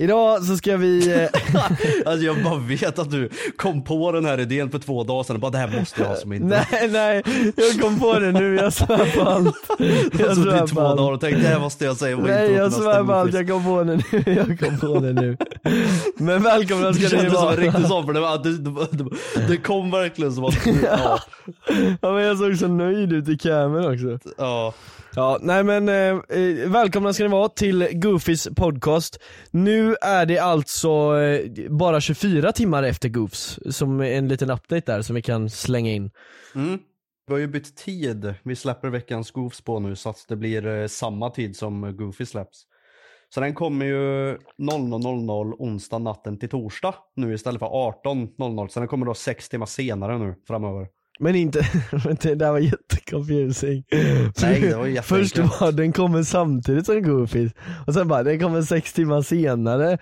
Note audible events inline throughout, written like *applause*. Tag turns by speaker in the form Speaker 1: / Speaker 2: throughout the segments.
Speaker 1: Idag så ska vi...
Speaker 2: *laughs*
Speaker 1: eh,
Speaker 2: Alltså jag bara vet att du kom på den här idén för två dagar sedan och bara det här måste jag ha som intro.
Speaker 1: nej, nej, jag kom på det nu, jag svär på allt.
Speaker 2: Jag har
Speaker 1: Jag
Speaker 2: suttit
Speaker 1: svär
Speaker 2: i
Speaker 1: på
Speaker 2: Alltså, två dagar
Speaker 1: allt.
Speaker 2: och tänkt det här måste jag säga på
Speaker 1: Nej
Speaker 2: introt
Speaker 1: jag
Speaker 2: nästa
Speaker 1: svär på allt,
Speaker 2: Movies.
Speaker 1: jag kom på det nu, jag kom på det nu. Men välkomna
Speaker 2: Det
Speaker 1: ska ni
Speaker 2: kändes som
Speaker 1: vara.
Speaker 2: en riktig sån för det, var, det, det, det kom verkligen
Speaker 1: *laughs*
Speaker 2: som att, ja,
Speaker 1: Ja, men jag såg så nöjd ut i kameran också.
Speaker 2: ja.
Speaker 1: Ja, nej men eh, eh, välkomna ska ni vara till Goofys podcast. Nu är det alltså eh, bara 24 timmar efter Goofs, som en liten update där som vi kan slänga in.
Speaker 2: Vi har ju bytt tid, vi släpper veckans Goofs på nu så att det blir eh, samma tid som Goofy släpps. Så den kommer ju 00.00 onsdag natten till torsdag nu istället för 18.00 så den kommer då sex timmar senare nu framöver.
Speaker 1: Men inte, *laughs* vänta, det där var jätteconfusing.
Speaker 2: Nej, det var ju
Speaker 1: *laughs* Först
Speaker 2: jätteenkelt.
Speaker 1: var den kommer samtidigt som Goofies, och sen bara den kommer sex timmar senare än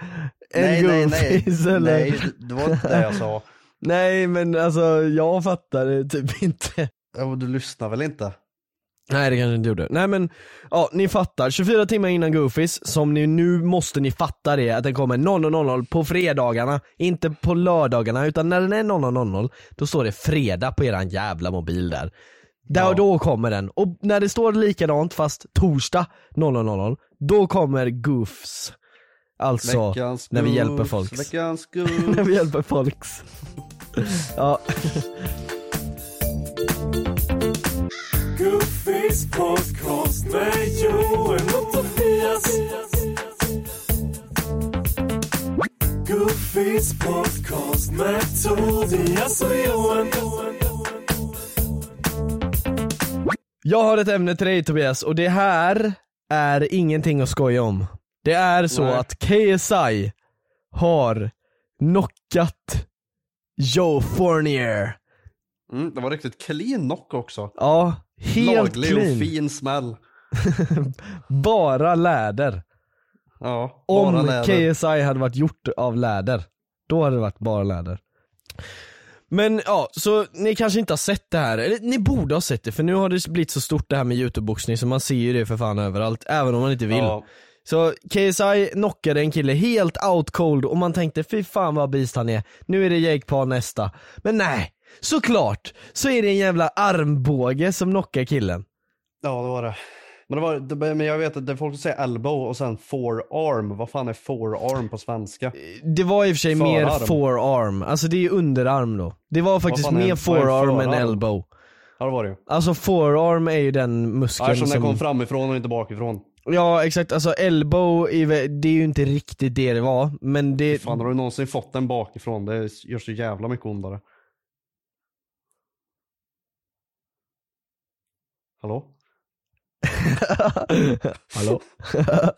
Speaker 2: Nej, nej,
Speaker 1: Goofies
Speaker 2: nej.
Speaker 1: eller?
Speaker 2: Nej, det- det var inte det jag sa.
Speaker 1: nej men alltså jag fattar det typ inte.
Speaker 2: Ja, men du lyssnar
Speaker 1: *laughs*
Speaker 2: väl inte?
Speaker 1: Nej det kanske inte gjorde. Nej men, ja ni fattar. 24 timmar innan Goofies, som ni nu måste ni fatta det, att den kommer 00.00 på fredagarna. Inte på lördagarna, utan när den är 00.00 då står det fredag på eran jävla mobil där. Där
Speaker 2: Ja.
Speaker 1: då kommer den. Och när det står likadant fast torsdag 00.00, då kommer Goofs. Alltså,
Speaker 2: Veckans
Speaker 1: när vi
Speaker 2: Goofs,
Speaker 1: hjälper folk.
Speaker 2: Veckans
Speaker 1: *laughs* när
Speaker 2: Goofs.
Speaker 1: vi hjälper folks. ja.
Speaker 3: Gubbfis podcast med Joel och Tobias. Gubbfis podcast med Tobias och Joel.
Speaker 1: Jag har ett ämne till dig Tobias och det här är ingenting att skoja om. Det är så
Speaker 2: Nej.
Speaker 1: att KSI har knockat Joe Fournier.
Speaker 2: Mm, det var riktigt clean knock också.
Speaker 1: Ja, helt
Speaker 2: Laglig och
Speaker 1: clean.
Speaker 2: fin smäll.
Speaker 1: Bara läder.
Speaker 2: Ja,
Speaker 1: Om
Speaker 2: bara läder.
Speaker 1: KSI hade varit gjort av läder, då hade det varit bara läder. Men ja, så ni kanske inte har sett det här, eller ni borde ha sett det för nu har det blivit så stort det här med youtube-boxning så man ser ju det för fan överallt, även om man inte vill.
Speaker 2: Ja,
Speaker 1: Så KSI knockade en kille helt out cold och man tänkte fy fan vad beast han är, nu är det Jake Paul nästa. Men nej, såklart så är det en jävla armbåge som knockar killen.
Speaker 2: ja, det var det. Men, det var, det, men jag vet att det är folk som säger elbow och sen forearm. Vad fan är forearm på svenska?
Speaker 1: Det var i och för sig mer
Speaker 2: Förarm.
Speaker 1: forearm, alltså det är ju underarm då. Det var faktiskt
Speaker 2: fan är-
Speaker 1: mer
Speaker 2: vad är
Speaker 1: forearm än
Speaker 2: förarm?
Speaker 1: elbow.
Speaker 2: Ja, det var det ju.
Speaker 1: Alltså forearm är ju den
Speaker 2: Ja,
Speaker 1: muskeln
Speaker 2: Eftersom den kom
Speaker 1: som...
Speaker 2: framifrån och inte bakifrån.
Speaker 1: Ja exakt, alltså elbow, är, vä- det är ju inte riktigt det det var, men det...
Speaker 2: Fan, har du någonsin fått den bakifrån? Det gör så jävla mycket ondare. Hallå?
Speaker 1: *laughs* Hallå? *laughs*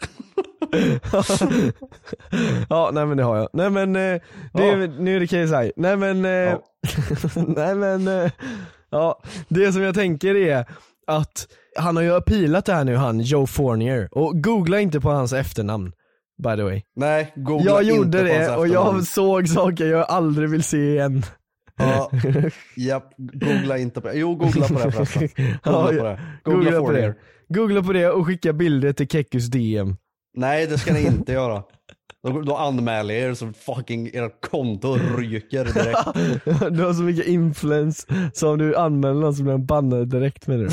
Speaker 1: ja, nej men det har jag. Nej men, eh, det, är- nu är det KSI. Nej men, eh,
Speaker 2: Ja.
Speaker 1: *laughs* nej men, eh, ja. Det som jag tänker är att han har ju appealat det här nu han, Joe Fournier. Och googla inte på hans efternamn. By the way.
Speaker 2: Nej, googla
Speaker 1: Jag
Speaker 2: inte
Speaker 1: gjorde
Speaker 2: på
Speaker 1: det
Speaker 2: hans
Speaker 1: och jag
Speaker 2: efternamn.
Speaker 1: såg saker jag aldrig vill se igen.
Speaker 2: Ja, japp, googla inte på det. Jo, googla på
Speaker 1: *laughs*
Speaker 2: det förresten. Googla på det. Googla,
Speaker 1: Googla på
Speaker 2: Fournier.
Speaker 1: det. Googla på det och skicka bilder till Kekus DM.
Speaker 2: Nej, det ska ni inte göra. Då, då anmäler jag er så fucking ert konto ryker direkt.
Speaker 1: *laughs* Du har så mycket influens så om du anmäler någon så blir han bannad direkt
Speaker 2: *laughs*
Speaker 1: med det.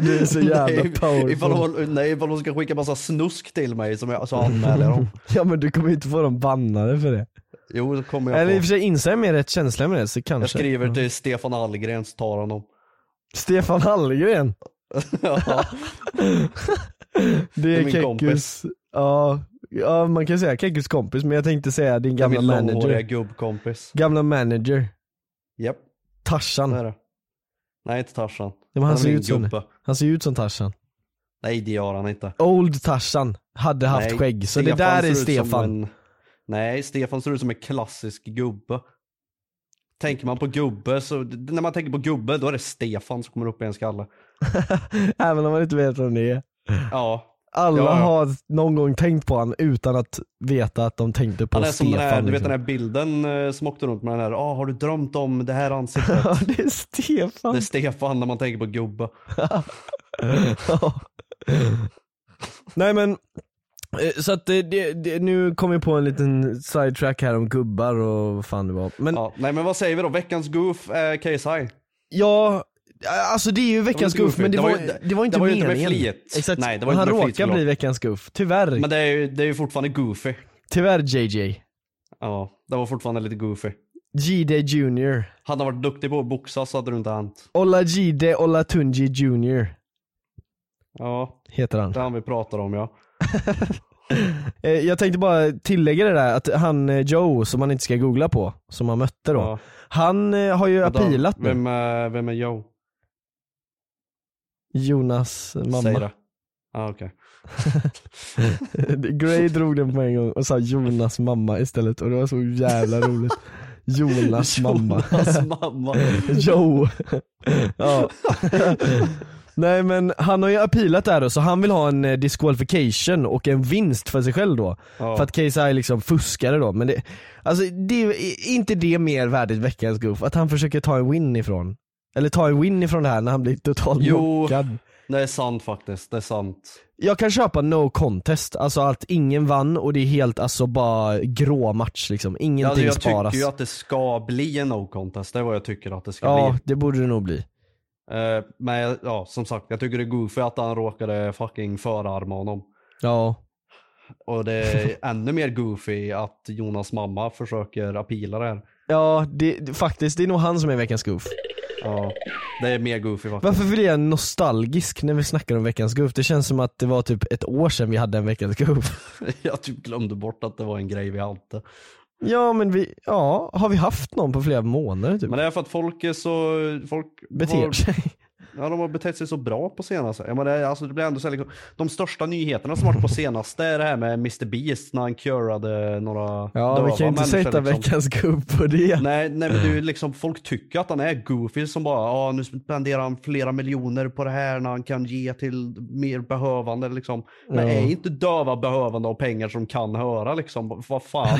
Speaker 1: Du är så *laughs* jävla powerful.
Speaker 2: nej, ifall hon, nej, ifall hon ska skicka massa snusk till mig som jag, så anmäler jag dem.
Speaker 1: Ja men du kommer ju inte få dem bannade för det.
Speaker 2: Jo, det kommer jag
Speaker 1: Eller i och
Speaker 2: på. Mm.
Speaker 1: för sig Instagram är rätt känsliga med det så
Speaker 2: Jag
Speaker 1: kanske.
Speaker 2: skriver till Stefan Allgren så tar han dem. *laughs*
Speaker 1: Stefan Hallgren.
Speaker 2: Ja.
Speaker 1: Det
Speaker 2: är
Speaker 1: är
Speaker 2: min
Speaker 1: Kekus,
Speaker 2: kompis.
Speaker 1: ja, ja man kan säga Kekus kompis men jag tänkte säga din gamla
Speaker 2: Min långhåriga
Speaker 1: manager.
Speaker 2: gubbkompis.
Speaker 1: Gamla manager.
Speaker 2: Japp,
Speaker 1: Tarzan.
Speaker 2: det är det. Nej, inte Tarzan.
Speaker 1: men han
Speaker 2: är
Speaker 1: ser
Speaker 2: min
Speaker 1: ut som det.
Speaker 2: gubbe.
Speaker 1: Han ser ju ut som Tarzan.
Speaker 2: Nej, det gör han inte.
Speaker 1: Old Tarzan hade haft
Speaker 2: Nej,
Speaker 1: skägg så
Speaker 2: Stefan
Speaker 1: det där
Speaker 2: ser
Speaker 1: är
Speaker 2: ut som
Speaker 1: Stefan.
Speaker 2: En... Nej, Stefan ser ut som en klassisk gubbe. Tänker man på gubbe så, d- när man tänker på gubbe då är det Stefan som kommer upp i en skalle.
Speaker 1: Även om man inte vet vem det är.
Speaker 2: Ja.
Speaker 1: Alla
Speaker 2: Ja, ja.
Speaker 1: har någon gång tänkt på honom utan att veta att de tänkte på
Speaker 2: Han är som
Speaker 1: Stefan.
Speaker 2: den här, du vet
Speaker 1: liksom.
Speaker 2: den här bilden eh, som åkte runt med den här, ah, har du drömt om det här ansiktet?
Speaker 1: *laughs* liksom. Ja det är
Speaker 2: det
Speaker 1: Stefan.
Speaker 2: är Stefan när man tänker på gubbe.
Speaker 1: Ja. Nej men, eh, så att det, det, det, nu kom jag på en liten sidetrack här om gubbar och vad fan det var. Men ja,
Speaker 2: Ja, nej men vad säger vi då? Veckans goof är KSI.
Speaker 1: eh, alltså det är ju veckans
Speaker 2: Det var
Speaker 1: goof
Speaker 2: lite
Speaker 1: men det var,
Speaker 2: goofigt. Det var ju-
Speaker 1: det var inte
Speaker 2: det var ju inte
Speaker 1: meningen.
Speaker 2: med flit.
Speaker 1: Exakt,
Speaker 2: Nej, det var ju
Speaker 1: han
Speaker 2: inte med flit,
Speaker 1: råkar bli
Speaker 2: förlåt.
Speaker 1: veckans goof. Tyvärr,
Speaker 2: Men det är ju det är ju fortfarande goofy.
Speaker 1: tyvärr JJ.
Speaker 2: Ja, det var fortfarande lite goofy.
Speaker 1: JD Junior.
Speaker 2: Hade han varit duktig på att boxa så hade du inte hänt.
Speaker 1: Ola JD Olatunji Junior
Speaker 2: Ja,
Speaker 1: heter han.
Speaker 2: det är han vi pratar om ja.
Speaker 1: Eh, Jag tänkte bara tillägga det där att han eh, Joe, som man inte ska googla på, som han mötte då.
Speaker 2: Ja.
Speaker 1: Han eh, har ju
Speaker 2: Vänta,
Speaker 1: appealat nu.
Speaker 2: Vem, är- vem är Joe?
Speaker 1: Jonas
Speaker 2: Säg
Speaker 1: mamma.
Speaker 2: det. Ah, okej.
Speaker 1: *laughs* Gray drog den på en gång och sa Jonas mamma istället och det var så jävla roligt.
Speaker 2: *laughs*
Speaker 1: Jonas mamma.
Speaker 2: Jonas mamma. *laughs*
Speaker 1: Joe. ja. Nej men han har ju appealat där då, så han vill ha en eh, disqualification och en vinst för sig själv då.
Speaker 2: Ja.
Speaker 1: För att KSI liksom fuskade då, men det, alltså det, är inte det mer värdigt veckans goof? Att han försöker ta en win ifrån, eller ta en win ifrån det här när han blir totalt
Speaker 2: Jo.
Speaker 1: knockad.
Speaker 2: Det är sant faktiskt, det är sant.
Speaker 1: Jag kan köpa no contest, alltså att ingen vann och det är helt alltså bara grå match liksom,
Speaker 2: Ja, Alltså,
Speaker 1: ingenting
Speaker 2: jag
Speaker 1: sparas.
Speaker 2: tycker ju att det ska bli en no contest, det är vad jag tycker att det ska
Speaker 1: Ja
Speaker 2: bli.
Speaker 1: det borde det nog bli.
Speaker 2: Eh, men jag- ja, som sagt, jag tycker det är goofy att han råkade fucking förarma honom.
Speaker 1: Ja.
Speaker 2: Och det är
Speaker 1: *laughs*
Speaker 2: ännu mer goofy att Jonas mamma försöker appeala det här.
Speaker 1: Ja, det, det, faktiskt. Det är nog han som är veckans goof.
Speaker 2: Ja, det är mer goofy faktiskt.
Speaker 1: Varför blir jag nostalgisk när vi snackar om veckans goof? Det känns som att det var typ ett år sedan vi hade en veckans goof.
Speaker 2: *laughs*
Speaker 1: *laughs*
Speaker 2: Jag typ glömde bort att det var en grej vi hade.
Speaker 1: Ja men vi, ja, har vi haft någon på flera månader typ?
Speaker 2: Men det är för att folk är så... Folk
Speaker 1: Beter
Speaker 2: har, *laughs*
Speaker 1: sig.
Speaker 2: Ja, de har betett sig så bra på senaste. Jag menar, alltså, det blir ändå så här, liksom, de största nyheterna
Speaker 1: *laughs*
Speaker 2: som varit på senaste är det här med Mr Beast när han curade några
Speaker 1: Ja vi kan ju inte
Speaker 2: människor, liksom.
Speaker 1: sätta veckans goof på det.
Speaker 2: Nej, nej men det är ju liksom, folk tycker att han är goofy som bara, ja nu spenderar han flera miljoner på det här när han kan ge till mer behövande liksom. Men
Speaker 1: Ja.
Speaker 2: är inte döva behövande av pengar som kan höra liksom, vad fan.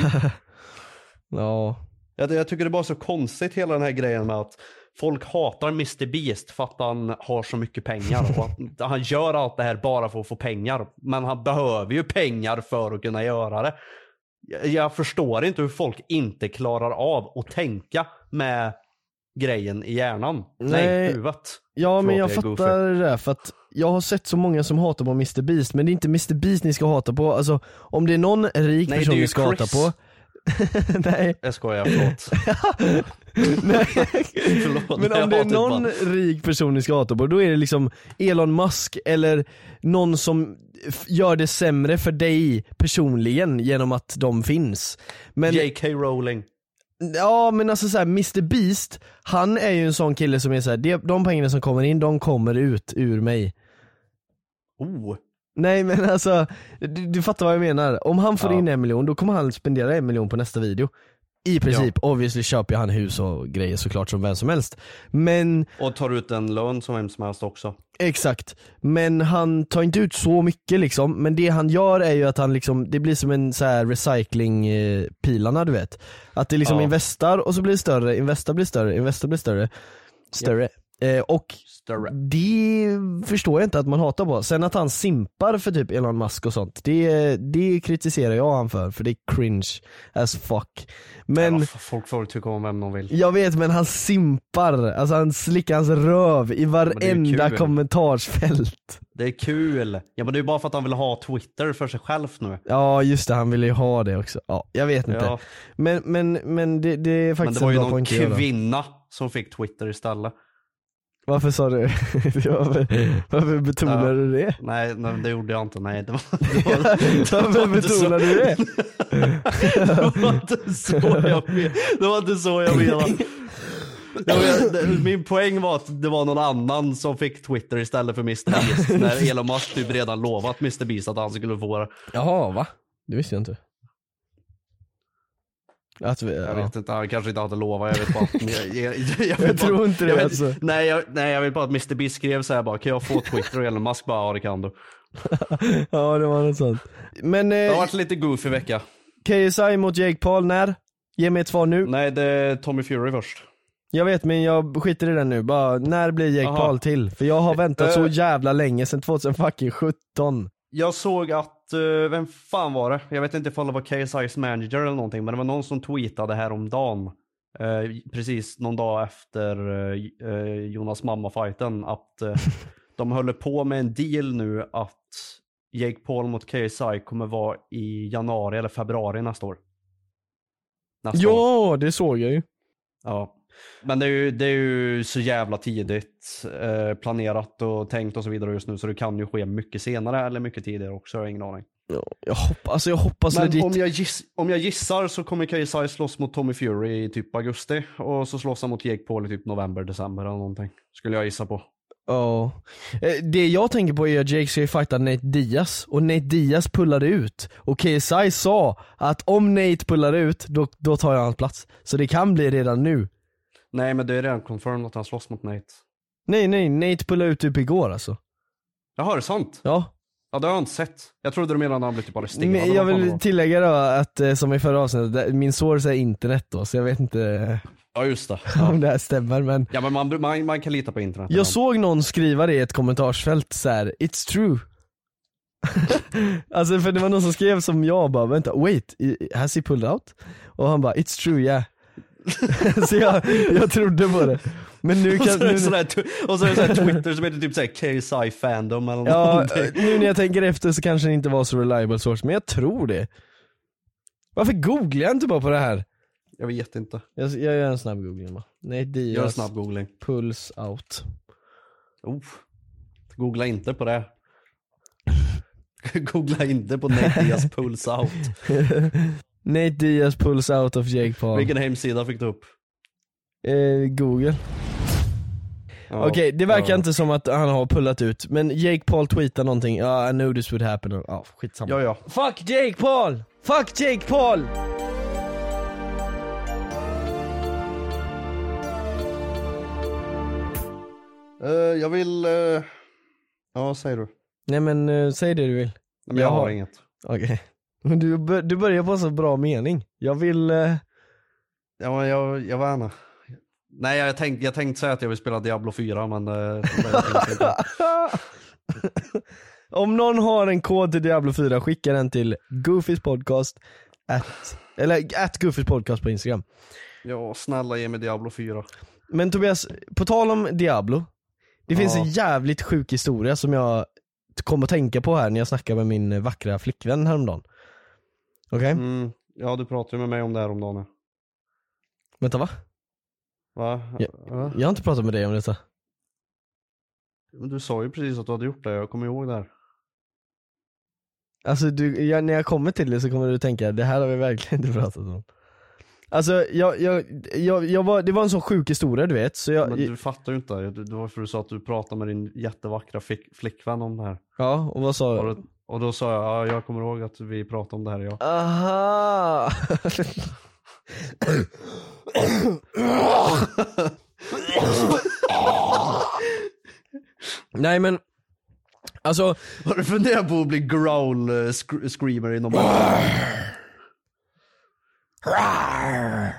Speaker 1: Ja.
Speaker 2: Jag, jag tycker det är bara så konstigt hela den här grejen med att folk hatar Mr Beast för att han har så mycket pengar. Och
Speaker 1: *laughs*
Speaker 2: att han gör allt det här bara för att få pengar. Men han behöver ju pengar för att kunna göra det. Jag, jag förstår inte hur folk inte klarar av att tänka med grejen i hjärnan. Nej,
Speaker 1: Nej.
Speaker 2: huvudet.
Speaker 1: Ja men
Speaker 2: Förlåt,
Speaker 1: jag
Speaker 2: jag är
Speaker 1: fattar
Speaker 2: goofy.
Speaker 1: det där för att jag har sett så många som hatar på Mr Beast men det är inte Mr Beast ni ska hata på. Alltså om det är någon rik
Speaker 2: Nej, det
Speaker 1: person
Speaker 2: är ju
Speaker 1: ni ska
Speaker 2: Chris.
Speaker 1: hata på. *laughs* Nej.
Speaker 2: Jag
Speaker 1: *laughs*
Speaker 2: skojar, förlåt. *laughs*
Speaker 1: Nej.
Speaker 2: förlåt
Speaker 1: Men om
Speaker 2: jag typ
Speaker 1: det är
Speaker 2: hatar
Speaker 1: någon
Speaker 2: ibland.
Speaker 1: rik person ni ska hata på, då är det liksom Elon Musk eller någon som f- gör det sämre för dig personligen genom att de finns. Men
Speaker 2: J.K. Rowling.
Speaker 1: ja men alltså såhär, Mr Beast, han är ju en sån kille som är såhär, "Det- de pengarna som kommer in, de kommer ut ur mig.
Speaker 2: Oh,
Speaker 1: Nej men alltså, du, du fattar vad jag menar. Om han får
Speaker 2: Ja.
Speaker 1: in en miljon, då kommer han spendera en miljon på nästa video. I princip, obviously köper ju han hus och grejer såklart som vem som helst. Men
Speaker 2: och tar ut en lön som vem som helst också.
Speaker 1: Exakt, men han tar inte ut så mycket liksom, men det han gör är ju att han liksom, det blir som en så här recycling eh, pilarna du vet. Att det liksom
Speaker 2: Ja.
Speaker 1: investar och så blir det större, investar blir större, investar blir större. Större. Eh, och
Speaker 2: Större.
Speaker 1: det förstår jag inte att man hatar på. Sen att han simpar för typ Elon Musk och sånt, det, det kritiserar jag han för, för det är cringe as fuck. Men
Speaker 2: Ja, folk får tycka om vem de vill.
Speaker 1: jag vet men han simpar, alltså han slickar hans röv i
Speaker 2: det är ju
Speaker 1: varenda
Speaker 2: kul.
Speaker 1: kommentarsfält.
Speaker 2: Det är kul. Ja men det är ju bara för att han vill ha Twitter för sig själv nu.
Speaker 1: Ja just det, han ville ju ha det också. Ja, jag vet inte.
Speaker 2: Ja.
Speaker 1: Men, men, men det, det är
Speaker 2: Men
Speaker 1: faktiskt
Speaker 2: det var ju
Speaker 1: en bra
Speaker 2: någon
Speaker 1: poäng att göra.
Speaker 2: kvinna som fick Twitter istället.
Speaker 1: Varför sa du *laughs* varför, varför betonar
Speaker 2: Ja.
Speaker 1: du det?
Speaker 2: Nej, nej det gjorde jag inte. Nej, det var, *laughs* det var, *laughs* det
Speaker 1: Varför
Speaker 2: var inte så-
Speaker 1: betonar du det? *laughs*
Speaker 2: Det var inte så jag men- det var inte så jag menade. Jag vet- det- Min poäng var att det var någon annan som fick Twitter istället för Mr
Speaker 1: *laughs*
Speaker 2: Beast. När Elon Musk typ redan lovat Mr Beast att han skulle få det.
Speaker 1: Jaha va? Det visste jag inte. Att vi,
Speaker 2: Jag
Speaker 1: ja.
Speaker 2: vet inte, han kanske inte hade lovat. Jag vet
Speaker 1: *laughs*
Speaker 2: bara att, jag, jag, jag, vet bara-
Speaker 1: tror inte det,
Speaker 2: jag vet,
Speaker 1: alltså.
Speaker 2: nej, jag, nej, jag vet bara att Mr Beast skrev så här bara, kan jag få Twitter? Och Elon Musk bara, ja det kan du.
Speaker 1: ja det var något sånt. Men
Speaker 2: Det har
Speaker 1: eh,
Speaker 2: varit lite goofy vecka.
Speaker 1: KSI mot Jake Paul, när? Ge mig ett svar nu.
Speaker 2: Nej, det är Tommy Fury först.
Speaker 1: Jag vet men jag skiter i den nu, bara när blir Jake
Speaker 2: Aha.
Speaker 1: Paul till? För jag har väntat så
Speaker 2: Eh.
Speaker 1: jävla länge, sedan 2017.
Speaker 2: Jag såg att, eh, vem fan var det? Jag vet inte ifall det var KSI's manager eller någonting, men det var någon som tweetade häromdagen. Eh, precis någon dag efter eh, eh, Jonas mamma-fighten att *laughs* eh, de håller på med en deal nu att Jake Paul mot KSI kommer vara i januari eller februari nästa år. Nästa år.
Speaker 1: Ja, det såg jag ju.
Speaker 2: Ja. Men det är, ju, det är ju så jävla tidigt eh, planerat och tänkt och så vidare just nu så det kan ju ske mycket senare eller mycket tidigare också, jag har ingen aning.
Speaker 1: Jag hoppas, alltså jag hoppas
Speaker 2: Men
Speaker 1: legit.
Speaker 2: om jag, giss, om jag gissar så kommer KSI slåss mot Tommy Fury i typ augusti och så slåss han mot Jake Paul i typ november, december eller någonting. Skulle jag gissa på.
Speaker 1: Ja. Eh, Det jag tänker på är att Jake ska ju fighta Nate Diaz och Nate Diaz pullade ut och KSI sa att om Nate pullar ut då, då tar jag hans plats. Så det kan bli redan nu.
Speaker 2: Nej men det är redan confirmed att han slåss mot Nate.
Speaker 1: Nej nej, Nate pullade ut typ igår alltså.
Speaker 2: Jaha, är det sant?
Speaker 1: Ja.
Speaker 2: Ja, det har jag inte sett. Jag trodde du menade att han blev typ arresterad.
Speaker 1: Men
Speaker 2: eller
Speaker 1: jag
Speaker 2: vad fan det
Speaker 1: vill
Speaker 2: var.
Speaker 1: tillägga då att eh, som i förra avsnittet, där- min source är internet då så jag vet inte eh,
Speaker 2: Ja, just det.
Speaker 1: om
Speaker 2: Ja,
Speaker 1: det här stämmer men
Speaker 2: ja men man, man, man kan lita på internet.
Speaker 1: Jag såg någon skriva det i ett kommentarsfält så här: it's true. *laughs* alltså för det var någon som skrev som jag bara, vänta, wait, i- has he pulled out? Och han bara, it's true yeah. *laughs* så jag, jag trodde på det. Men nu
Speaker 2: *laughs* och
Speaker 1: kan,
Speaker 2: så är
Speaker 1: nu,
Speaker 2: det sådär tw- och så är det sådär Twitter som heter typ såhär KSI Fandom eller
Speaker 1: ja,
Speaker 2: någonting.
Speaker 1: nu när jag tänker efter så kanske det inte var så reliable source, men jag tror det. Varför googlar jag inte bara på det här?
Speaker 2: Jag vet inte.
Speaker 1: *laughs* Jag, jag gör en snabb googling bara. Nej,
Speaker 2: Gör en
Speaker 1: Diaz
Speaker 2: snabb googling.
Speaker 1: pulls out.
Speaker 2: Oh. Googla inte på det. *laughs* Googla inte på
Speaker 1: *laughs*
Speaker 2: Nate Diaz Pulse Out.
Speaker 1: Nate Diaz pulls out of Jake Paul.
Speaker 2: Vilken hemsida fick du upp?
Speaker 1: Eh, Google.
Speaker 2: Ja.
Speaker 1: Okej, det verkar
Speaker 2: Ja.
Speaker 1: inte som att han har pullat ut, men Jake Paul tweetar någonting, ja I knew this would happen, ja skitsamma.
Speaker 2: Ja, ja.
Speaker 1: Fuck Jake Paul! Fuck Jake Paul!
Speaker 2: jag vill... eh, Ja, säger du. Nej,
Speaker 1: Nej men eh, säg det du vill.
Speaker 2: men jag
Speaker 1: Jaha.
Speaker 2: har inget.
Speaker 1: Okej. *laughs* Men du, bör- du börjar på en så bra mening. Jag vill... eh,
Speaker 2: Ja, men jag, jag vet inte. Nej, jag tänkte, jag tänkte säga att jag vill spela Diablo 4, men... eh, det tänkte jag
Speaker 1: *laughs*
Speaker 2: inte.
Speaker 1: Om någon har en kod till Diablo 4, skicka den till Goofys podcast at, eller at Goofys podcast på Instagram.
Speaker 2: ja, snälla ge mig Diablo 4.
Speaker 1: Men Tobias, på tal om Diablo. Det finns
Speaker 2: Ja.
Speaker 1: en jävligt sjuk historia som jag t- kom att tänka på här när jag snackade med min eh, vackra flickvän häromdagen. Okej?
Speaker 2: Mm. Ja, du pratade ju med mig om det här om dagen.
Speaker 1: Vänta va?
Speaker 2: Va?
Speaker 1: Ja.
Speaker 2: Va?
Speaker 1: Jag har inte pratat med dig om detta.
Speaker 2: Men Du sa ju precis att du hade gjort det, jag kommer ihåg det här.
Speaker 1: Alltså du, jag, när jag kommer till det så kommer du tänka, det här har vi verkligen inte pratat om. Alltså jag, jag, jag, jag var, det var en sån sjuk historia du vet, så jag,
Speaker 2: Men du fattar ju inte. Det det var för du sa att du pratade med din jättevackra fick, flickvän om det här.
Speaker 1: ja och vad sa
Speaker 2: Och
Speaker 1: jag?
Speaker 2: då, och då sa jag, ja, jag kommer ihåg att vi pratade om det här ja.
Speaker 1: Aha! Nej men, alltså
Speaker 2: Har du funderat på att bli growl eh, sc- screamer inom ja,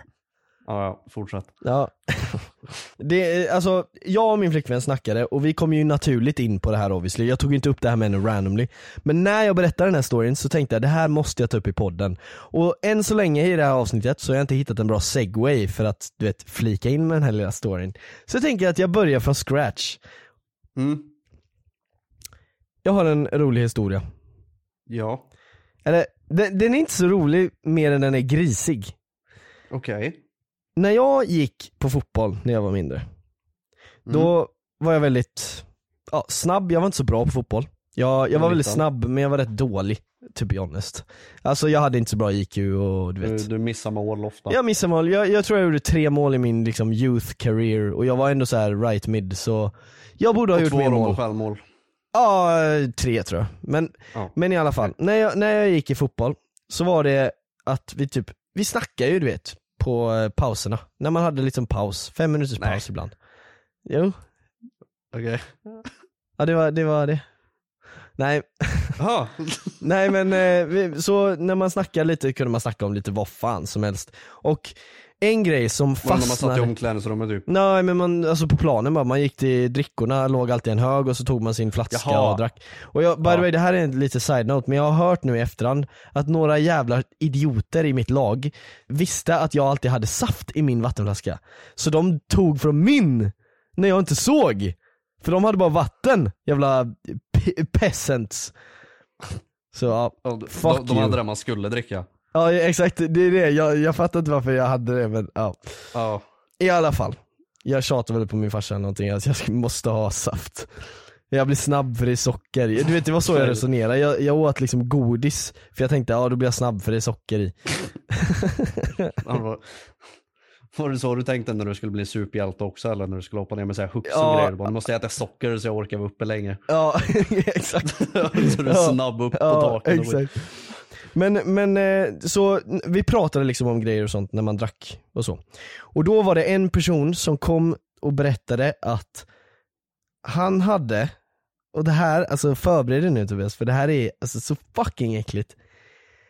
Speaker 2: ja, fortsätt.
Speaker 1: Ja. *laughs* Det, alltså, jag och min flickvän snackade och vi kom ju naturligt in på det här obviously. Jag tog inte upp det här med henne randomly. Men när jag berättade den här storyn så tänkte jag det här måste jag ta upp i podden. Och än så länge i det här avsnittet så har jag inte hittat en bra segway för att du vet, flika in med den här lilla storyn. Så jag tänker att jag börjar från scratch.
Speaker 2: Mm.
Speaker 1: Jag har en rolig historia.
Speaker 2: Ja,
Speaker 1: Eller, den, den är inte så rolig mer än den är grisig.
Speaker 2: okej.
Speaker 1: när jag gick på fotboll när jag var mindre,
Speaker 2: Mm.
Speaker 1: då var jag väldigt ja, snabb, jag var inte så bra på fotboll. Jag, jag var väldigt
Speaker 2: liten.
Speaker 1: snabb men jag var rätt dålig, to be honest. Alltså jag hade inte så bra IQ och du
Speaker 2: Du,
Speaker 1: vet.
Speaker 2: du missar mål ofta.
Speaker 1: Jag missade mål, jag, jag tror jag gjorde tre mål i min liksom, youth career och jag var ändå så här right mid så jag borde ha
Speaker 2: och
Speaker 1: gjort
Speaker 2: två
Speaker 1: mer
Speaker 2: av dem
Speaker 1: mål.
Speaker 2: var självmål.
Speaker 1: Ja, tre tror jag. Men,
Speaker 2: Ja.
Speaker 1: men i alla fall, när jag, när jag gick i fotboll så var det att vi typ, vi snackade ju du vet på eh, pauserna. När man hade liksom paus, fem minuters
Speaker 2: Nej.
Speaker 1: paus ibland. Jo,
Speaker 2: Okej.
Speaker 1: ja det var det. Var det. Nej, *laughs*
Speaker 2: Jaha.
Speaker 1: Nej men eh, vi- så när man snackade lite kunde man snacka om lite vad fan som helst. Och en grej som
Speaker 2: Var det när man
Speaker 1: fastnade...
Speaker 2: satt i omklädningsrummet typ.
Speaker 1: Nej men man, alltså på planen bara, man gick till drickorna, låg alltid i en hög och så tog man sin flaska
Speaker 2: Jaha.
Speaker 1: och drack. Och jag, by the
Speaker 2: Ja.
Speaker 1: way, det här är en lite side-note, men jag har hört nu i efterhand att några jävla idioter i mitt lag visste att jag alltid hade saft i min vattenflaska. Så de tog från min, när jag inte såg. För de hade bara vatten, jävla pe- peasants. Så ja,
Speaker 2: Ja, de-
Speaker 1: Fuck
Speaker 2: de, de
Speaker 1: you.
Speaker 2: hade det man skulle dricka.
Speaker 1: ja exakt, det är det. Jag, jag fattar inte varför jag hade det men ja.
Speaker 2: Ja.
Speaker 1: I alla fall. Jag tjatar väl på min farsa eller någonting att jag ska- måste ha saft. Jag blir snabb för det är socker i. Du vet det var så jag resonerade. Jag, jag åt liksom godis för jag tänkte ja då blir jag snabb för det är socker i.
Speaker 2: Han var, *laughs* var det så du tänkte när du skulle bli superhjälte också? Eller när du skulle hoppa ner med så här hooks
Speaker 1: Ja.
Speaker 2: och grejer? Du bara, Nu måste jag äta socker så jag orkar vara uppe länge. *laughs*
Speaker 1: Ja *laughs* exakt.
Speaker 2: så du är snabb upp på
Speaker 1: Ja
Speaker 2: taket. och-
Speaker 1: exakt. Men, men eh, så n- vi pratade liksom om grejer och sånt när man drack och så. Och då var det en person som kom och berättade att han hade, och det här, alltså förbered dig nu Tobias för det här är alltså, så fucking äckligt.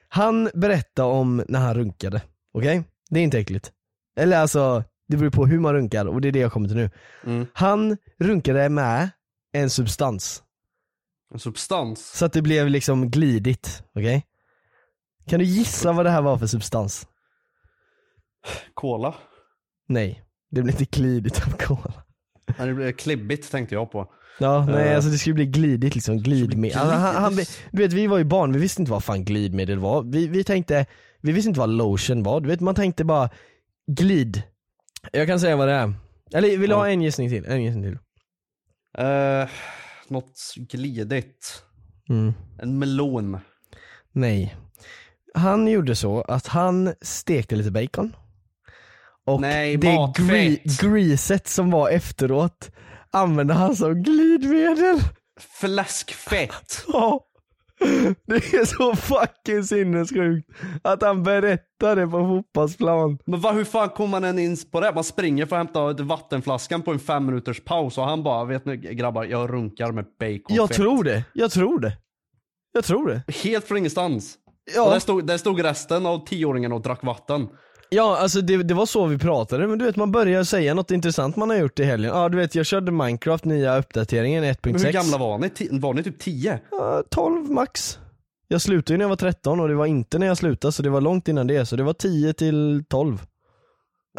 Speaker 1: Han berättade om när han runkade, okej? Det är inte äckligt. Eller alltså, det beror på hur man runkar och det är det jag kommer till nu.
Speaker 2: Mm.
Speaker 1: Han runkade med en substans.
Speaker 2: En substans.
Speaker 1: Så att det blev liksom glidigt, okej? Kan du gissa vad det här var för substans?
Speaker 2: Cola.
Speaker 1: Nej, det blev inte glidigt av cola.
Speaker 2: Nej, det blev klibbigt tänkte jag på.
Speaker 1: Ja, nej
Speaker 2: Eh.
Speaker 1: alltså det skulle bli glidigt liksom, glidmedel. Alltså, han, han, du vet vi var ju barn, vi visste inte vad fan glidmedel var. Vi, vi tänkte, vi visste inte vad lotion var. Du vet man tänkte bara, glid. Jag kan säga vad det är. Eller vill du ha
Speaker 2: Ja.
Speaker 1: en gissning till? En gissning till.
Speaker 2: Eh, något glidigt.
Speaker 1: Mm.
Speaker 2: En melon.
Speaker 1: Nej. Han gjorde så att han stekte lite bacon. Och
Speaker 2: Nej,
Speaker 1: det
Speaker 2: matfett.
Speaker 1: gre- greaset som var efteråt använde han som glidmedel. *laughs*
Speaker 2: Fläskfett.
Speaker 1: Ja. Det är så fucking sinnessjukt att han berättar det på fotbollsplan.
Speaker 2: Men vad, hur fan kommer man än in på det? Man springer för att hämta ut vattenflaskan på en fem minuters paus och han bara, vet ni grabbar, jag runkar med bacon.
Speaker 1: Jag tror det, jag tror det. Jag tror det.
Speaker 2: Helt från ingenstans. Och
Speaker 1: Ja,
Speaker 2: där, stod, där stod resten av tioåringarna och drack vatten.
Speaker 1: ja alltså det, det var så vi pratade, men du vet man börjar säga något intressant man har gjort i helgen. Ja du vet jag körde Minecraft, nya uppdateringen 1.6.
Speaker 2: Men hur gamla var ni? Ti- Var ni typ 10?
Speaker 1: Ja, 12 max. Jag slutade ju när jag var 13 och det var inte när jag slutade så det var långt innan det så det var 10 till *laughs* 12.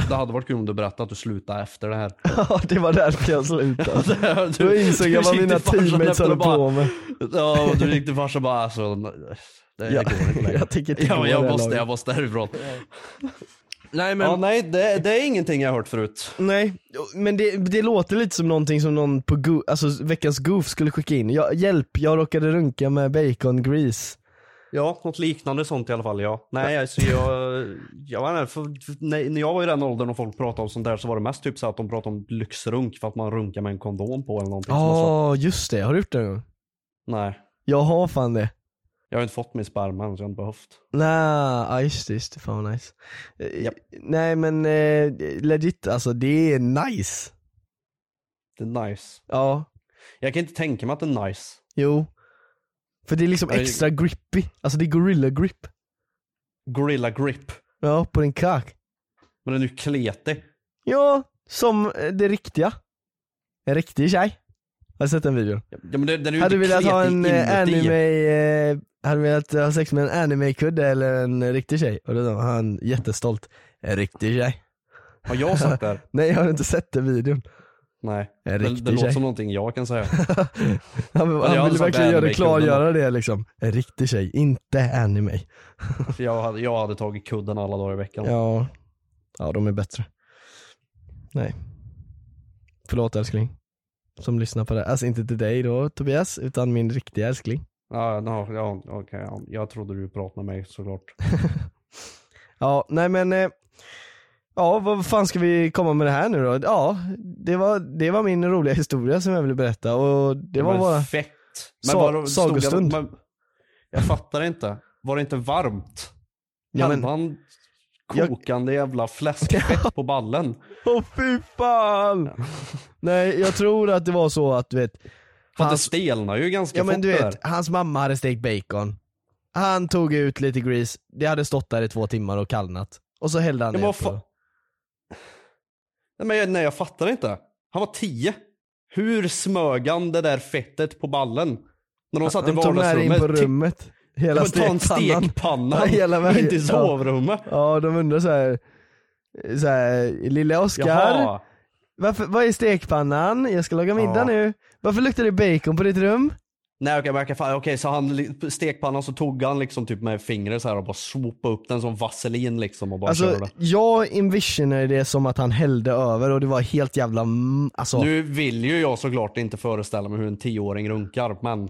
Speaker 2: Det hade varit kul om du berättade att du slutade efter det här.
Speaker 1: Ja det var därför jag slutade.
Speaker 2: Du,
Speaker 1: Då insåg *laughs* jag vad
Speaker 2: gick
Speaker 1: mina
Speaker 2: till farsan
Speaker 1: teammates
Speaker 2: efter
Speaker 1: höll
Speaker 2: och bara-
Speaker 1: på med.
Speaker 2: Ja, och du gick till farsan och bara alltså, det
Speaker 1: Ja,
Speaker 2: går inte
Speaker 1: *laughs*
Speaker 2: längre.
Speaker 1: jag tänker inte gå
Speaker 2: ja,
Speaker 1: det
Speaker 2: jag
Speaker 1: här
Speaker 2: måste,
Speaker 1: laget.
Speaker 2: jag måste härifrån.
Speaker 1: Nej
Speaker 2: Ja, nej, det, det är ingenting jag har hört förut.
Speaker 1: Nej, men det, det låter lite som någonting som någon på go- alltså veckans goof skulle skicka in. Jag, hjälp, jag råkade runka med bacon grease.
Speaker 2: Ja, något liknande sånt i alla fall. Ja. Nej, alltså jag... jag vet inte, för, för, när när jag var i den åldern och folk pratade om sånt där så var det mest typ så att de pratade om lyxrunk för att man runkar med en kondom på eller någonting. som man slapp-
Speaker 1: Ja just det, har du gjort det någon gång?
Speaker 2: Nej,
Speaker 1: Liksom Jag har fan det.
Speaker 2: jag har inte fått min sperma än så jag har inte behövt.
Speaker 1: Nej, ja, just det, just det, fan vad nice. Eh,
Speaker 2: Japp.
Speaker 1: Nej men eh, legit alltså det är nice.
Speaker 2: Det är nice.
Speaker 1: Ja,
Speaker 2: Jag kan inte tänka mig att det är nice.
Speaker 1: jo. För det är liksom
Speaker 2: Ja, det-
Speaker 1: extra grippy, alltså det är gorilla grip.
Speaker 2: Gorilla grip.
Speaker 1: Ja, på din kak.
Speaker 2: Men den är ju kletig.
Speaker 1: Ja, som eh, det riktiga. En riktig tjej. Har du sett den videon?
Speaker 2: Ja, men den, den är ju
Speaker 1: Hade du
Speaker 2: inte
Speaker 1: velat
Speaker 2: kletig
Speaker 1: ha en eh,
Speaker 2: inuti.
Speaker 1: anime, eh, hade du velat ha sex med en anime-kudde eller en eh, riktig tjej? Och då var han jättestolt. En riktig tjej.
Speaker 2: Har jag sagt
Speaker 1: *laughs*
Speaker 2: det? här?
Speaker 1: Nej jag har inte sett den videon.
Speaker 2: Nej.
Speaker 1: En
Speaker 2: Det,
Speaker 1: riktig
Speaker 2: det låter
Speaker 1: tjej.
Speaker 2: som någonting jag kan säga.
Speaker 1: Han,
Speaker 2: jag
Speaker 1: han
Speaker 2: hade
Speaker 1: ville
Speaker 2: sagt
Speaker 1: verkligen göra det,
Speaker 2: anime-kudden då.
Speaker 1: klargöra det liksom. En riktig tjej, inte anime.
Speaker 2: För jag, hade, jag hade tagit kudden alla dagar i veckan.
Speaker 1: Ja, ja de är bättre. Nej. Förlåt älskling. Som lyssnar på det. Alltså inte till dig då Tobias, utan min riktiga älskling.
Speaker 2: Ja, no, ja, okej, ja. Jag trodde du pratade med mig såklart.
Speaker 1: Ja, nej men. eh, Ja, vad fan ska vi komma med det här nu då? Ja, det var, det var min roliga historia som jag ville berätta och det var bara...
Speaker 2: fett.
Speaker 1: Sa-
Speaker 2: var det- stod jag-
Speaker 1: sagostund.
Speaker 2: men- jag fattar inte. Var det inte varmt?
Speaker 1: Ja,
Speaker 2: Hade
Speaker 1: men-
Speaker 2: han
Speaker 1: Jag-
Speaker 2: kokande jävla fläskfett på ballen?
Speaker 1: Åh fy fan! Nej, jag tror att det var så att du vet,
Speaker 2: För att det
Speaker 1: Hans-
Speaker 2: stelnar ju ganska
Speaker 1: Ja men
Speaker 2: fort
Speaker 1: du
Speaker 2: det
Speaker 1: vet,
Speaker 2: där.
Speaker 1: hans mamma hade stekt bacon. Han tog ut lite grease, det hade stått där i två timmar och kallnat. Och så hällde han
Speaker 2: Ja, men
Speaker 1: ner
Speaker 2: vad
Speaker 1: på
Speaker 2: fan? Nej, men jag, nej, jag fattar inte. Han var tio. Hur smög han det där fettet på ballen? När de satt i
Speaker 1: Han tog med det in
Speaker 2: vardagsrummet. typ.
Speaker 1: på rummet. Hela
Speaker 2: Ta en
Speaker 1: stekpannan.
Speaker 2: stekpanna.
Speaker 1: Ja, *laughs* hela vägen.
Speaker 2: Inte i sovrummet.
Speaker 1: Ja de undrar såhär, såhär lilla Oskar,
Speaker 2: Jaha.
Speaker 1: varför, vad är stekpannan? Jag ska laga middag
Speaker 2: Ja.
Speaker 1: nu. Varför luktar det bacon på ditt rum?
Speaker 2: Nej okej, men jag kan fa- okej så han li- stekpannan så tog han liksom typ med fingret så här och bara swoopade upp den som vaselin liksom och bara
Speaker 1: Alltså
Speaker 2: körde.
Speaker 1: jag envisionar det som att han hällde över och det var helt jävla, mm, alltså
Speaker 2: Nu vill ju jag såklart inte föreställa mig hur en tioåring runkar
Speaker 1: *laughs*
Speaker 2: men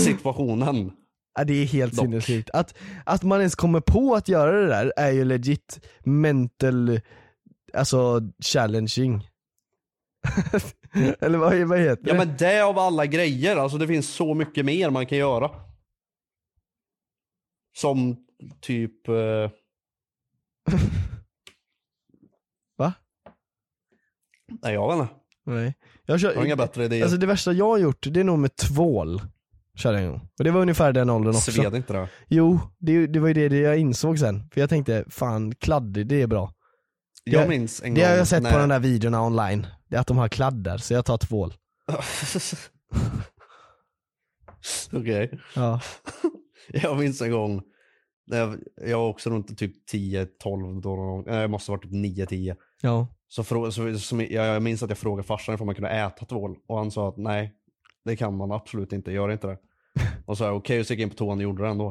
Speaker 2: situationen.
Speaker 1: Ja, det är helt
Speaker 2: Dock.
Speaker 1: sinnessjukt. Att, att man ens kommer på att göra det där är ju legit mental, alltså challenging. *laughs* Eller vad, vad heter
Speaker 2: Ja
Speaker 1: det?
Speaker 2: men det av alla grejer, alltså det finns så mycket mer man kan göra. Som typ, eh,
Speaker 1: *laughs* Va?
Speaker 2: nej jag vet inte.
Speaker 1: Nej. Jag, kör,
Speaker 2: Jag har inga bättre idéer.
Speaker 1: Alltså det värsta jag har gjort, det är nog med tvål. Körde jag en gång. Och det var ungefär den åldern också.
Speaker 2: Sved inte det?
Speaker 1: Jo, det, det var ju det, det jag insåg sen. För jag tänkte, fan kladdig, det är bra.
Speaker 2: Jag
Speaker 1: Det-
Speaker 2: minns en
Speaker 1: Det
Speaker 2: gång.
Speaker 1: har jag sett
Speaker 2: när-
Speaker 1: på de där videorna online. Det är att de har kladdar, så jag tar tvål.
Speaker 2: *laughs* Okej.
Speaker 1: Ja.
Speaker 2: Jag minns en gång, när jag, jag var också runt typ 10-12 då, någon gång. nej jag måste ha varit typ 9-10.
Speaker 1: ja.
Speaker 2: Så, frå- så, så jag, jag minns att jag frågade farsan om man kunde äta tvål och han sa att nej, det kan man absolut inte, gör
Speaker 1: *laughs*
Speaker 2: inte det. Och så sa jag okej, och så gick jag in på toan och gjorde det ändå.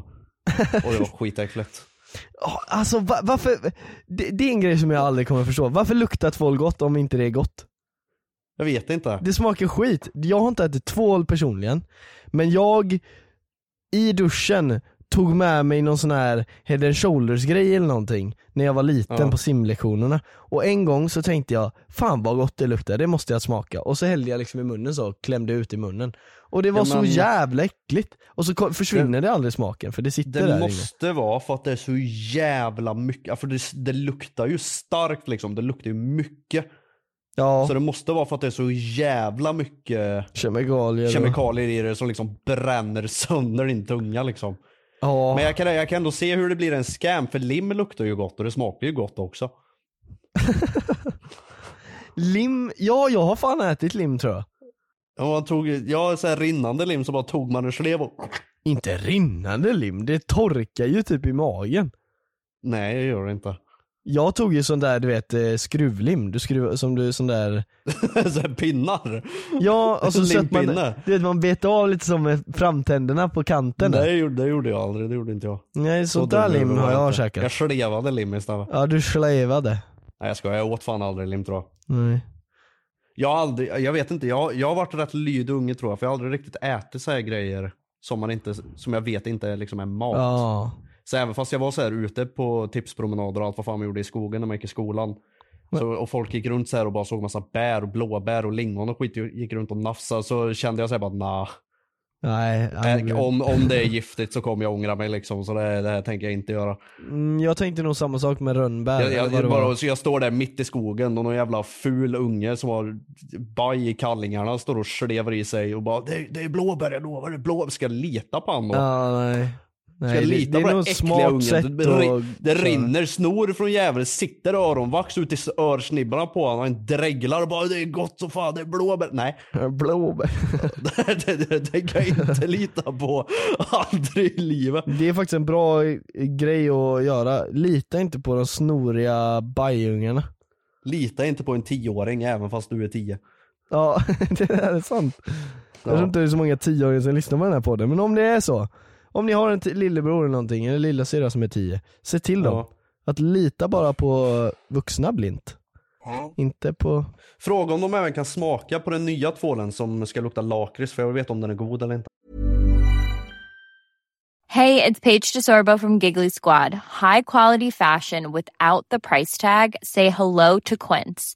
Speaker 2: Och det var skitäckligt.
Speaker 1: Ja, Alltså va, varför, det, det är en grej som jag aldrig kommer förstå. Varför luktar tvål gott om inte det är gott?
Speaker 2: Jag vet inte.
Speaker 1: Det smakar skit. Jag har inte ätit tvål personligen, men jag i duschen tog med mig någon sån här head and shoulders grej eller någonting när jag var liten
Speaker 2: Ja.
Speaker 1: på simlektionerna. Och en gång så tänkte jag, fan vad gott det luktar, det måste jag smaka. Och så hällde jag liksom i munnen så, klämde ut i munnen. Och det var
Speaker 2: Ja,
Speaker 1: så
Speaker 2: men-
Speaker 1: jävla äckligt. Och så ko- försvinner det, aldrig smaken för det sitter
Speaker 2: Det
Speaker 1: där inne.
Speaker 2: måste vara för att det är så jävla mycket, för det, det luktar ju starkt liksom, det luktar ju mycket.
Speaker 1: Ja,
Speaker 2: Så det måste vara för att det är så jävla mycket
Speaker 1: kemikalier. och-
Speaker 2: kemikalier i det som liksom bränner sönder din tunga liksom.
Speaker 1: Ja.
Speaker 2: Men jag kan, jag kan ändå se hur det blir en scam, för lim luktar ju gott och det smakar ju gott också.
Speaker 1: Lim, ja jag har fan ätit lim tror jag.
Speaker 2: Och man tog, ja, så här rinnande lim så bara tog man en slev och...
Speaker 1: Inte rinnande lim, det torkar ju typ i magen.
Speaker 2: Nej, jag gör det inte. *laughs*
Speaker 1: Jag tog ju sån där du vet eh, skruvlim, du skruv, som du sån där
Speaker 2: så här pinnar. *laughs*
Speaker 1: Ja och så satt man,
Speaker 2: Limpinne.
Speaker 1: du vet man bet av lite som med framtänderna på kanten där.
Speaker 2: Nej, det gjorde- det gjorde jag aldrig. Det gjorde inte jag.
Speaker 1: Nej sånt
Speaker 2: dum
Speaker 1: där
Speaker 2: i
Speaker 1: lim
Speaker 2: huvudet
Speaker 1: har
Speaker 2: var
Speaker 1: jag
Speaker 2: inte. Jag
Speaker 1: käkat.
Speaker 2: slevade lim istället.
Speaker 1: Ja du slevade.
Speaker 2: Nej, jag skojar. Jag åt fan aldrig lim tror jag.
Speaker 1: Nej.
Speaker 2: Jag har aldrig, jag vet inte. Jag, jag har varit rätt lydig unge tror jag, för jag har aldrig riktigt ätit så här grejer Som, man inte, som jag vet inte liksom är mat.
Speaker 1: Ja.
Speaker 2: Så även fast jag var så här ute på tipspromenader och allt vad fan man gjorde i skogen när man gick i skolan. Så, och folk gick runt så här och bara såg massa bär och blåbär och lingon och skit och gick runt och nafsade. Så kände jag så här bara nah.
Speaker 1: Nej,
Speaker 2: Äh,
Speaker 1: jag,
Speaker 2: Om, om det är giftigt så kommer jag ångra mig liksom. Så det, det här tänker jag inte göra.
Speaker 1: mm, jag tänkte nog samma sak med rönnbär.
Speaker 2: Jag,
Speaker 1: eller
Speaker 2: jag,
Speaker 1: vad det var.
Speaker 2: bara, så jag står där mitt i skogen och någon jävla ful unge som har baj i kallingarna står och slever i sig och bara det, är- det är blåbär, jag lovar. Det är blåbär. Ska jag lita på honom då?
Speaker 1: Ja, nej.
Speaker 2: Ska
Speaker 1: nej
Speaker 2: jag
Speaker 1: det,
Speaker 2: lita
Speaker 1: det är
Speaker 2: på
Speaker 1: nog ett
Speaker 2: den äckliga
Speaker 1: smart
Speaker 2: ungen?
Speaker 1: sätt
Speaker 2: det, ri-
Speaker 1: att...
Speaker 2: det rinner snor från jäveln, sitter öronvax ut i s- örsnibbarna på honom. Han dreglar och bara det är gott så fan, det är blåbär. Nej, *laughs*
Speaker 1: Blåbär.
Speaker 2: det, det, det tänker jag
Speaker 1: *laughs*
Speaker 2: inte lita på. Aldrig i livet.
Speaker 1: Det är faktiskt en bra eh, grej att göra. Lita inte på de snoriga bajungarna.
Speaker 2: Lita inte på en tioåring även fast du är tio.
Speaker 1: Ja, det där är sant. Jag tror inte det är så många tioåringar som lyssnar på den här podden, men om det är så. Om ni har en t- lillebror eller någonting, eller lillasyrra som är tio, se till dem.
Speaker 2: Ja.
Speaker 1: Att lita bara på vuxna blint. Inte på...
Speaker 2: Fråga om de även kan smaka på den nya tvålen som ska lukta lakrits för jag vet om den är god eller inte.
Speaker 4: Hey, it's Paige DeSorbo from Giggly Squad. High quality fashion without the price tag. Say hello to Quince.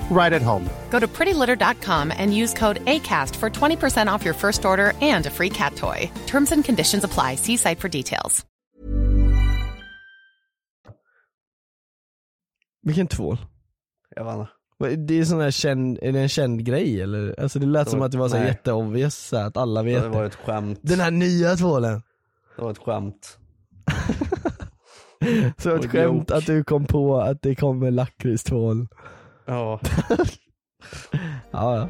Speaker 5: right at home.
Speaker 6: Go to prettylitter.com and use code ACAST for 20% off your first order and a free cat toy. Terms and conditions apply. See site for details.
Speaker 1: Vilken tvål?
Speaker 2: Jag vet inte.
Speaker 1: Vad- Det är sån här känd, är det en känd grej eller? Alltså det lät
Speaker 2: Det
Speaker 1: som
Speaker 2: var-
Speaker 1: att det var så här
Speaker 2: nej.
Speaker 1: jätteobvious så här, att alla vet
Speaker 2: Det var ett skämt.
Speaker 1: Den här nya tvålen.
Speaker 2: Det var ett skämt.
Speaker 1: Så ett
Speaker 2: Och
Speaker 1: skämt
Speaker 2: joke.
Speaker 1: att du kom på att det kommer lakritstvål.
Speaker 2: Ja.
Speaker 1: Ja, ja.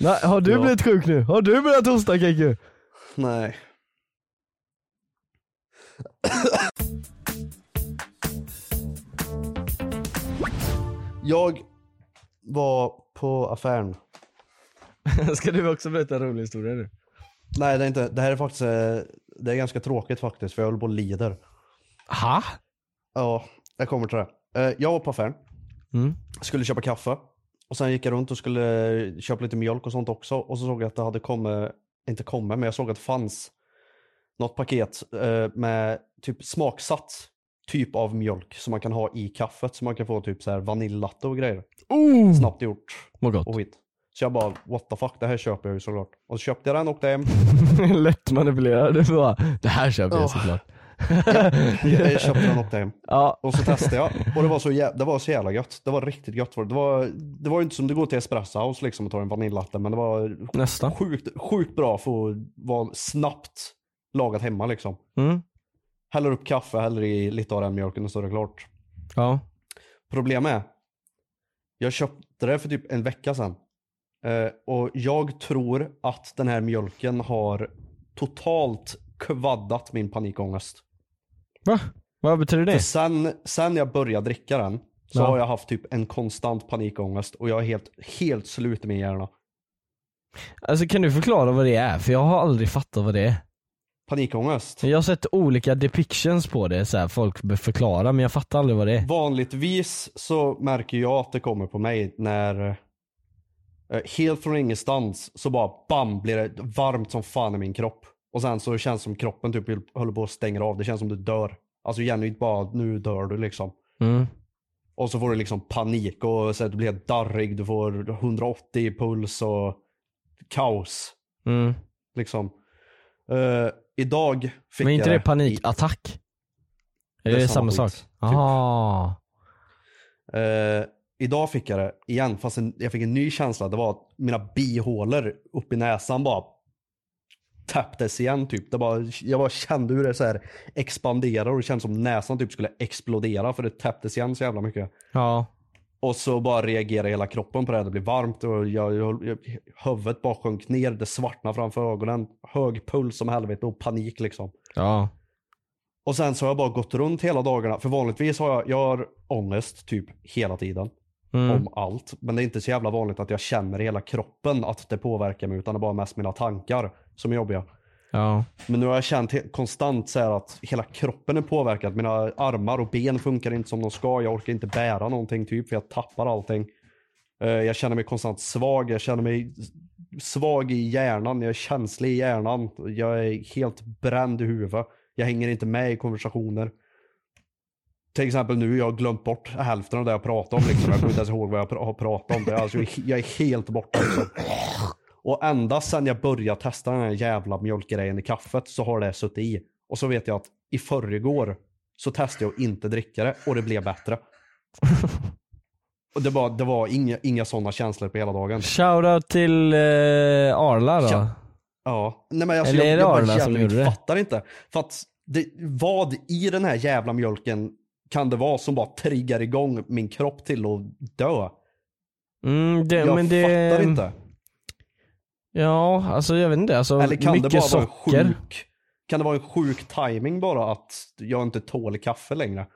Speaker 1: Nej, har du
Speaker 2: Ja.
Speaker 1: blivit sjuk nu? Har du börjat hosta Keku?
Speaker 2: Nej. Jag var på affären.
Speaker 1: *laughs* Ska du också berätta en rolig historia nu?
Speaker 2: Nej, det, är inte, det här är faktiskt eh, det är ganska tråkigt faktiskt, för jag håller på och lider.
Speaker 1: Ha?
Speaker 2: Ja, jag kommer till det. Eh, Jag var på affären,
Speaker 1: Mm.
Speaker 2: skulle köpa kaffe. Och sen gick jag runt och skulle köpa lite mjölk och sånt också. Och så såg jag att det hade kommit, inte kommit, men jag såg att det fanns något paket eh, med typ smaksatt typ av mjölk som man kan ha i kaffet. Så man kan få typ så här vaniljlatte och grejer.
Speaker 1: Oh!
Speaker 2: Snabbt gjort
Speaker 1: Vad gott.
Speaker 2: och skit. Så jag bara, what the fuck, det här köper jag ju såklart. Och så köpte jag den och åkte hem.
Speaker 1: *laughs* Lätt manipulerad. Du bara, det här köper jag *laughs*
Speaker 2: Ja.
Speaker 1: såklart.
Speaker 2: Jag köpte den och åkte hem.
Speaker 1: Ja.
Speaker 2: Och så testade jag och det var så, jä- det var så jävla gött. Det var riktigt gött. var det. Det var, det var ju inte som du går till Espresso House liksom och tar en vaniljlatte men det var
Speaker 1: Nästan.
Speaker 2: sjukt, sjukt bra för att vara snabbt lagat hemma liksom.
Speaker 1: Mm.
Speaker 2: Häller upp kaffe, häller i lite av den mjölken och så är det klart.
Speaker 1: Ja.
Speaker 2: Problemet är, jag köpte det för typ en vecka sedan. Eh, och jag tror att den här mjölken har totalt kvaddat min panikångest.
Speaker 1: Va? Vad betyder
Speaker 2: För
Speaker 1: det?
Speaker 2: sen, sen jag började dricka den så
Speaker 1: Ja.
Speaker 2: har jag haft typ en konstant panikångest och jag är helt, helt slut i min hjärna.
Speaker 1: Alltså kan du förklara vad det är? För jag har aldrig fattat vad det är.
Speaker 2: Panikångest.
Speaker 1: Jag har sett olika depictions på det, så här, folk be- förklarar men jag fattar aldrig vad det är.
Speaker 2: Vanligtvis så märker jag att det kommer på mig när eh, helt från ingenstans så bara bam blir det varmt som fan i min kropp. Och sen så känns det som kroppen typ vill- håller på att stänga av. Det känns som du dör. Alltså genuint bara nu dör du liksom.
Speaker 1: Mm.
Speaker 2: Och så får du liksom panik och så här, du blir helt darrig. Du får 180 i puls och kaos.
Speaker 1: Mm.
Speaker 2: Liksom. Eh, Idag fick
Speaker 1: Men
Speaker 2: jag
Speaker 1: inte det panikattack? Är
Speaker 2: Det
Speaker 1: det,
Speaker 2: är samma
Speaker 1: samma,
Speaker 2: skit,
Speaker 1: sak?
Speaker 2: typ.
Speaker 1: Jaha.
Speaker 2: Eh, idag fick jag det igen, fast en, jag fick en ny känsla. Det var att mina bihålor upp i näsan bara täpptes igen. Typ. Det bara, jag bara kände hur det så här expanderade och det kändes som näsan typ skulle explodera för det täpptes igen så jävla mycket.
Speaker 1: Ja.
Speaker 2: Och så bara reagerade hela kroppen på det. här. Det blev varmt och jag, jag, jag, huvudet bara sjönk ner. Det svartnade framför ögonen. Hög puls som helvete och panik liksom.
Speaker 1: Ja.
Speaker 2: Och sen så har jag bara gått runt hela dagarna. För vanligtvis har jag, jag har ångest typ hela tiden.
Speaker 1: Mm.
Speaker 2: Om allt. Men det är inte så jävla vanligt att jag känner i hela kroppen att det påverkar mig. Utan det är bara mest mina tankar som är jobbiga.
Speaker 1: Ja.
Speaker 2: Men nu har jag känt he- konstant så här att hela kroppen är påverkad. Mina armar och ben funkar inte som de ska. Jag orkar inte bära någonting typ för jag tappar allting. Eh, Jag känner mig konstant svag. Jag känner mig s- svag i hjärnan. Jag är känslig i hjärnan. Jag är helt bränd i huvudet. Jag hänger inte med i konversationer. Till exempel nu, jag har glömt bort hälften av det jag pratade om. Liksom. Jag kommer inte ens ihåg vad jag pra- har pratat om. Det är Alltså, jag är helt borta. Liksom. Och ända sedan jag började testa den här jävla mjölkgrejen i kaffet så har det suttit i. Och så vet jag att i förrgår så testade jag att inte dricka det och det blev bättre. och det var, det var inga, inga sådana känslor på hela dagen.
Speaker 1: Shoutout till eh, Arla då.
Speaker 2: Ja. Ja, nej men alltså
Speaker 1: Eller är
Speaker 2: jag,
Speaker 1: det
Speaker 2: jag bara
Speaker 1: Arla som
Speaker 2: jävligt
Speaker 1: gjorde det?
Speaker 2: fattar inte. För att det, vad i den här jävla mjölken kan det vara som bara triggar igång min kropp till att dö?
Speaker 1: Mm, det,
Speaker 2: Jag
Speaker 1: men det,
Speaker 2: fattar inte.
Speaker 1: Ja, alltså jag vet inte. Alltså,
Speaker 2: Eller kan det
Speaker 1: mycket
Speaker 2: bara vara
Speaker 1: socker.
Speaker 2: en sjuk... Kan det vara en sjuk timing bara att jag inte tål kaffe längre?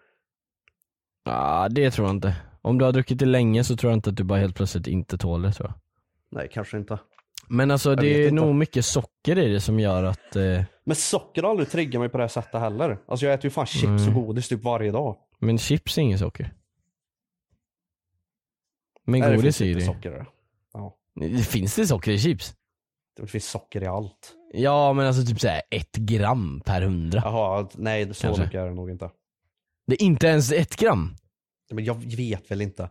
Speaker 1: Ja, det tror jag inte. Om du har druckit det länge så tror jag inte att du bara helt plötsligt inte tål det tror jag.
Speaker 2: Nej, kanske inte.
Speaker 1: Men alltså det
Speaker 2: vet
Speaker 1: är
Speaker 2: inte.
Speaker 1: nog mycket socker i det som gör att... Eh,
Speaker 2: Men socker har aldrig triggat mig på det här sättet heller. Alltså jag äter ju fan chips
Speaker 1: Mm.
Speaker 2: och godis typ varje dag.
Speaker 1: men chips är inget socker. Men
Speaker 2: Nej, det
Speaker 1: godis
Speaker 2: finns
Speaker 1: är ju
Speaker 2: inte
Speaker 1: det.
Speaker 2: socker. i det. Ja.
Speaker 1: det. Finns det socker i chips?
Speaker 2: Det finns socker i allt.
Speaker 1: Ja men alltså typ såhär ett gram per hundra.
Speaker 2: Jaha, nej så
Speaker 1: Kanske.
Speaker 2: mycket är det nog inte.
Speaker 1: Det är inte ens ett gram.
Speaker 2: Men jag vet väl inte.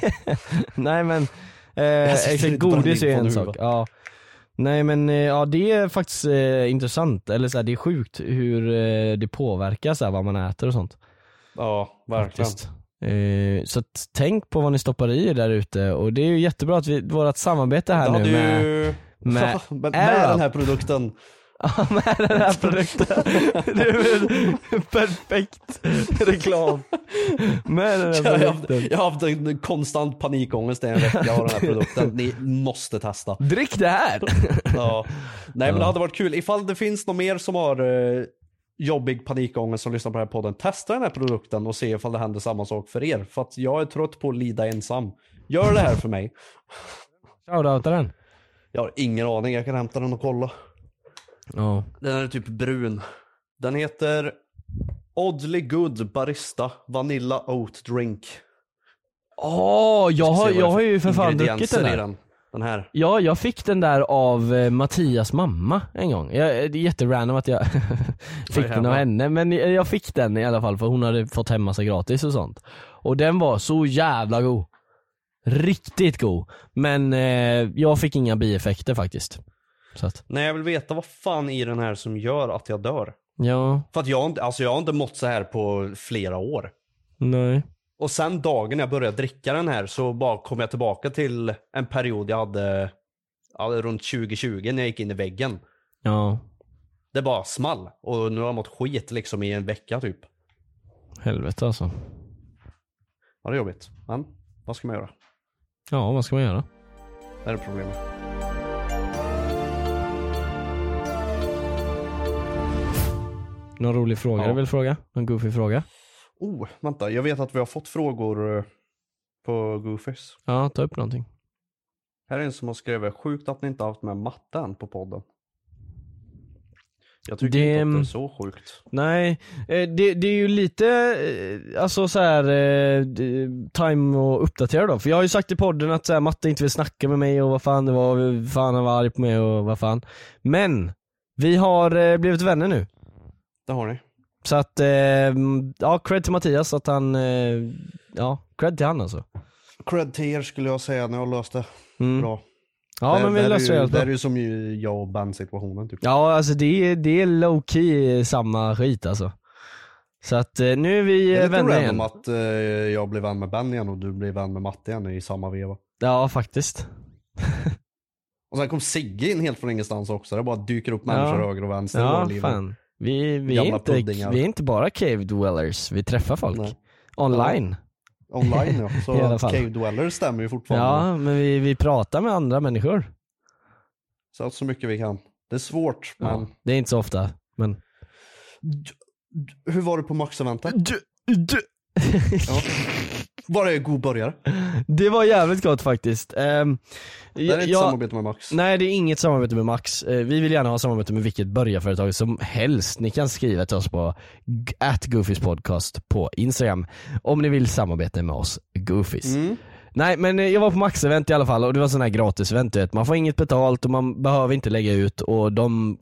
Speaker 1: *laughs* Nej men, eh,
Speaker 2: Jag sitter
Speaker 1: exakt,
Speaker 2: inte bara
Speaker 1: godis är
Speaker 2: ner från
Speaker 1: en sak.
Speaker 2: huvudet.
Speaker 1: Ja. Nej men eh, ja det är faktiskt eh, intressant, eller så här, det är sjukt hur eh, det påverkar så här, vad man äter och sånt.
Speaker 2: Ja, verkligen.
Speaker 1: Faktiskt. Eh, så att, tänk på vad ni stoppar i er där ute och det är ju jättebra att vi, vårt samarbete här nu
Speaker 2: Det hade
Speaker 1: med,
Speaker 2: ju...
Speaker 1: med-
Speaker 2: Med, *laughs* med,
Speaker 1: Arab.
Speaker 2: den här produkten.
Speaker 1: med *laughs* den här produkten. *laughs* Det är väl
Speaker 2: *laughs*
Speaker 1: perfekt reklam. Med den
Speaker 2: Jag
Speaker 1: här
Speaker 2: har, haft,
Speaker 1: produkten.
Speaker 2: jag har haft en konstant panikångest i en vecka av den här produkten. Ni måste testa.
Speaker 1: Drick det här!
Speaker 2: *laughs* Ja. Nej men det hade varit kul. Ifall det finns någon mer som har eh, jobbig panikångest som lyssnar på den här podden. Testa den här produkten och se ifall det händer samma sak för er. För att jag är trött på att lida ensam. Gör det här för mig.
Speaker 1: Shoutouta den.
Speaker 2: Jag har ingen aning. Jag kan hämta den och kolla.
Speaker 1: Ja.
Speaker 2: Den är typ brun. Den heter Oddly Good Barista Vanilla Oat Drink.
Speaker 1: Åh, jag, har,
Speaker 2: Se vad det
Speaker 1: jag har ju för fan
Speaker 2: ingredienser
Speaker 1: druckit den
Speaker 2: i
Speaker 1: där.
Speaker 2: den. Den här.
Speaker 1: Ja, jag fick den där av eh, Mattias mamma en gång. Jag, eh, det är jätterandom att jag *laughs* fick den av
Speaker 2: jävlar.
Speaker 1: henne, men eh, jag- jag fick den i alla fall för hon hade fått hem massa gratis och sånt. Och den var så jävla god. Riktigt god. Men eh, jag fick inga bieffekter faktiskt. Så att,
Speaker 2: Nej jag vill veta vad fan i den här som gör att jag dör.
Speaker 1: ja,
Speaker 2: För att jag, har inte- alltså jag har inte mått så här på flera år.
Speaker 1: nej.
Speaker 2: Och sen dagen jag började dricka den här så bara kom jag tillbaka till en period jag hade ja, runt 2020 när jag gick in i väggen.
Speaker 1: Ja,
Speaker 2: Det bara small och nu har jag mått skit liksom i en vecka typ.
Speaker 1: helvete alltså.
Speaker 2: Ja, det är jobbigt. Men vad ska man göra?
Speaker 1: Ja, vad ska man göra?
Speaker 2: Det är problemet.
Speaker 1: Någon rolig fråga
Speaker 2: Ja.
Speaker 1: du vill fråga? Någon goofy fråga?
Speaker 2: Oh, vänta. Jag vet att vi har fått frågor eh, på Goofys.
Speaker 1: Ja, ta upp någonting.
Speaker 2: Här är en som har skrivit sjukt att ni inte har haft med matten på podden. Jag tycker
Speaker 1: Det- mm.
Speaker 2: inte att det är så sjukt.
Speaker 1: Nej, eh, det, det är ju lite, eh, alltså så här, eh, d- time att uppdatera då. För jag har ju sagt i podden att så här, Matte inte vill snacka med mig och vad fan det var, fan han var arg på mig och vad fan. Men, vi har eh, blivit vänner nu.
Speaker 2: Det har ni.
Speaker 1: Så att, eh, ja cred till Mattias att han, eh, ja cred till han alltså. Mm.
Speaker 2: Mm. Cred till er skulle jag säga när jag löste. Bra.
Speaker 1: Ja
Speaker 2: det,
Speaker 1: men vi
Speaker 2: det, här
Speaker 1: löser
Speaker 2: är
Speaker 1: det
Speaker 2: ju,
Speaker 1: helt
Speaker 2: det
Speaker 1: bra.
Speaker 2: här är ju som ju jag och Ben-situationen typ.
Speaker 1: Ja alltså det är, det är low key samma skit alltså. Så att eh, nu är vi
Speaker 2: det
Speaker 1: eh,
Speaker 2: är lite
Speaker 1: vänner
Speaker 2: random
Speaker 1: igen.
Speaker 2: att eh, jag blir vän med Ben igen och du blir vän med Matte igen i samma veva.
Speaker 1: Ja faktiskt.
Speaker 2: Och sen kom Sigge in helt från ingenstans också. Det bara dyker upp människor
Speaker 1: Ja.
Speaker 2: höger och vänster i våra
Speaker 1: Ja
Speaker 2: liv.
Speaker 1: fan. Vi, vi, är
Speaker 2: Gamla
Speaker 1: inte,
Speaker 2: puddingar.
Speaker 1: vi är inte bara cave dwellers, vi träffar folk.
Speaker 2: Nej.
Speaker 1: Online. *laughs*
Speaker 2: Online ja. Så
Speaker 1: I alla fall.
Speaker 2: Cave Dweller stämmer ju
Speaker 1: Ja,
Speaker 2: fortfarande.
Speaker 1: men vi, vi pratar med andra människor.
Speaker 2: Så att så mycket vi kan. Det är svårt
Speaker 1: Ja.
Speaker 2: men.
Speaker 1: Det är inte så ofta, men...
Speaker 2: D- d- Hur var det på Max-eventet?
Speaker 1: Du, du.
Speaker 2: Ja. Var det god burgare?
Speaker 1: *laughs* det var jävligt gott faktiskt. Ehm,
Speaker 2: Det är
Speaker 1: jag-
Speaker 2: ett
Speaker 1: jag-
Speaker 2: samarbete med Max.
Speaker 1: Nej det är inget samarbete med Max. Eh, Vi vill gärna ha samarbete med vilket burgarföretag som helst. Ni kan skriva till oss på g- at Goofies podcast på Instagram om ni vill samarbeta med oss Goofies. Nej men eh, jag var på Max-event i alla fall och det var sån här gratis-event du vet. Man får inget betalt och man behöver inte lägga ut och de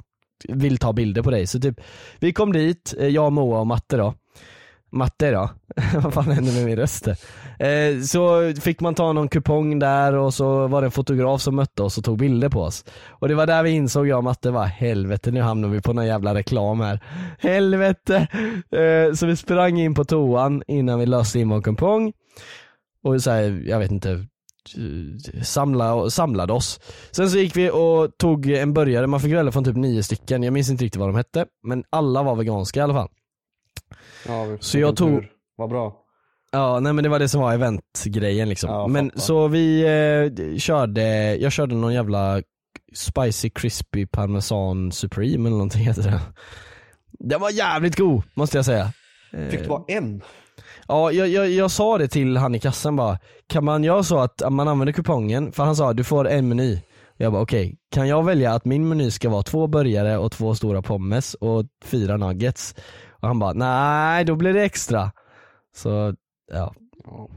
Speaker 1: vill ta bilder på dig. Så typ, vi kom dit, eh, jag, Moa och Matte då. Matte då? *laughs* Vad fan hände med min röst där? eh, Så fick man ta någon kupong där och så var det en fotograf som mötte oss och tog bilder på oss. Och det var där vi insåg jag och Matte var helvete nu hamnar vi på någon jävla reklam här. Helvete! Eh, så vi sprang in på toan innan vi löste in vår kupong. Och så här, jag vet inte, samla, samlade oss. Sen så gick vi och tog en burgare, man fick välja från typ nio stycken, jag minns inte riktigt vad de hette. Men alla var veganska i alla fall.
Speaker 2: Ja, vi-
Speaker 1: Så jag
Speaker 2: vilken
Speaker 1: tog-
Speaker 2: tur. Vad bra.
Speaker 1: Ja, nej men det var det som var eventgrejen liksom.
Speaker 2: Ja,
Speaker 1: men
Speaker 2: fattar.
Speaker 1: så vi eh, d- körde, jag körde någon jävla spicy crispy parmesan supreme eller någonting heter det. Den var jävligt god måste jag säga.
Speaker 2: Fick du bara
Speaker 1: Eh.
Speaker 2: en?
Speaker 1: Ja, jag, jag, jag sa det till han i kassan bara, kan man göra så att man använder kupongen? För han sa du får en meny. Jag bara okej, kan jag välja att min meny ska vara två burgare och två stora pommes och fyra nuggets? Och han bara nej, då blir det extra. Så ja,
Speaker 2: Ja.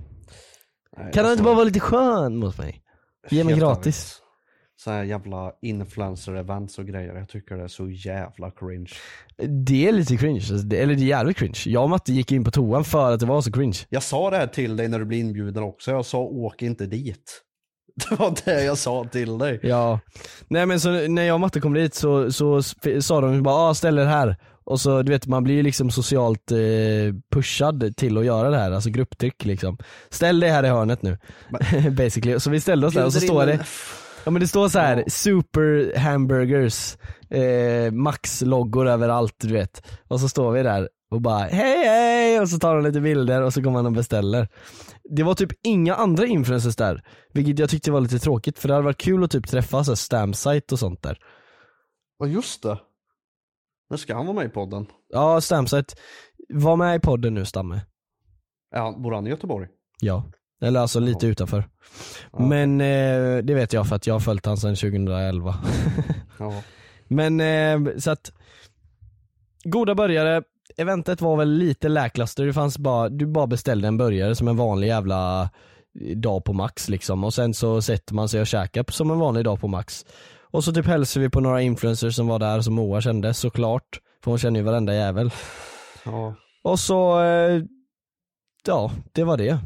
Speaker 2: Nej,
Speaker 1: Kan han
Speaker 2: alltså,
Speaker 1: inte bara vara lite skön mot mig? Ge mig
Speaker 2: helt
Speaker 1: gratis.
Speaker 2: ärligt. Så här jävla influencer-events och grejer. Jag tycker det är så jävla cringe.
Speaker 1: Det är lite cringe, alltså, det, eller det är jävligt cringe. Jag och Matte gick in på toan för att det var så cringe.
Speaker 2: Jag sa det här till dig när du blev inbjuden också. Jag sa åk inte dit. *laughs* Det var det jag sa till dig.
Speaker 1: Ja. Nej men så när jag och Matte kom dit så, så sp- sa de ju bara ah, ställ er här. Och så du vet man blir ju liksom socialt eh, pushad till att göra det här, alltså grupptryck liksom. Ställ dig här i hörnet nu. *laughs* Basically. Så vi ställde oss där och så
Speaker 2: Bjuder in
Speaker 1: står
Speaker 2: en-
Speaker 1: det Ja men det står så här super hamburgers, eh, max loggor överallt du vet. Och så står vi där och bara hej hej och så tar de lite bilder och så går man och beställer. Det var typ inga andra influencers där, vilket jag tyckte var lite tråkigt för det hade varit kul att typ träffa så här Stamsite och sånt där.
Speaker 2: Ja just det. Nu ska han vara med i podden.
Speaker 1: Ja Stamsite, var med i podden nu Stamme.
Speaker 2: Är han, bor han i Göteborg?
Speaker 1: Ja. Eller alltså lite utanför. Men eh, det vet jag för att jag har följt han sedan *laughs* 2011.
Speaker 2: Ja.
Speaker 1: Men eh, så att Goda burgare, eventet var väl lite lackluster, det fanns bara, du bara beställde en burgare som en vanlig jävla eh, dag på max liksom och sen så sätter man sig och käkar som en vanlig dag på max. Och så typ hälsar vi på några influencers som var där som Moa kände såklart, för hon känner ju varenda jävel.
Speaker 2: ja.
Speaker 1: Och så, eh, ja det var det.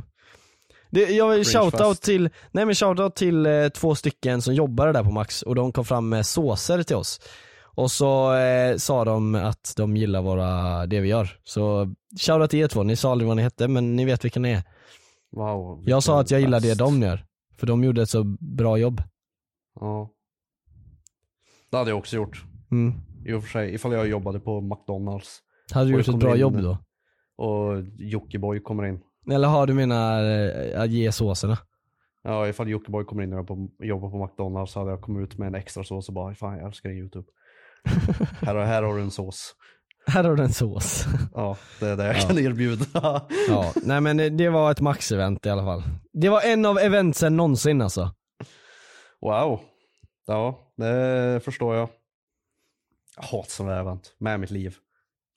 Speaker 1: *laughs* det jag vill
Speaker 2: Cringe
Speaker 1: shoutout
Speaker 2: fest.
Speaker 1: till, nej men shoutout till eh, två stycken som jobbade där på Max och de kom fram med såser till oss. Och så eh, sa de att de gillar våra, det vi gör. Så shoutout till er två, ni sa aldrig vad ni hette men ni vet vilka ni är.
Speaker 2: Wow. vilken
Speaker 1: Jag sa att jag gillar det
Speaker 2: fest.
Speaker 1: de gör. För de gjorde ett så bra jobb.
Speaker 2: Ja. Det hade jag också gjort.
Speaker 1: Mm.
Speaker 2: I och för sig, ifall jag jobbade på McDonalds
Speaker 1: Hade du
Speaker 2: Och
Speaker 1: gjort
Speaker 2: det
Speaker 1: ett bra
Speaker 2: kommer in-
Speaker 1: jobb då?
Speaker 2: och Jockiboi kommer in.
Speaker 1: Eller har du menar eh, att ge såserna? *laughs*
Speaker 2: Ja, ifall Jockiboi kommer in och jag på, jobbar på McDonalds så hade jag kommit ut med en extra sås och bara fan jag älskar
Speaker 1: *laughs*
Speaker 2: din YouTube. här, har- här har du en sås.
Speaker 1: Här har du en sås.
Speaker 2: Ja, det är det jag kan erbjuda. *laughs*
Speaker 1: Ja, nej men det var ett maxevent i alla fall. Det var en av eventsen någonsin alltså.
Speaker 2: wow. Ja, det förstår jag. Jag hatar sådana här event med mitt liv.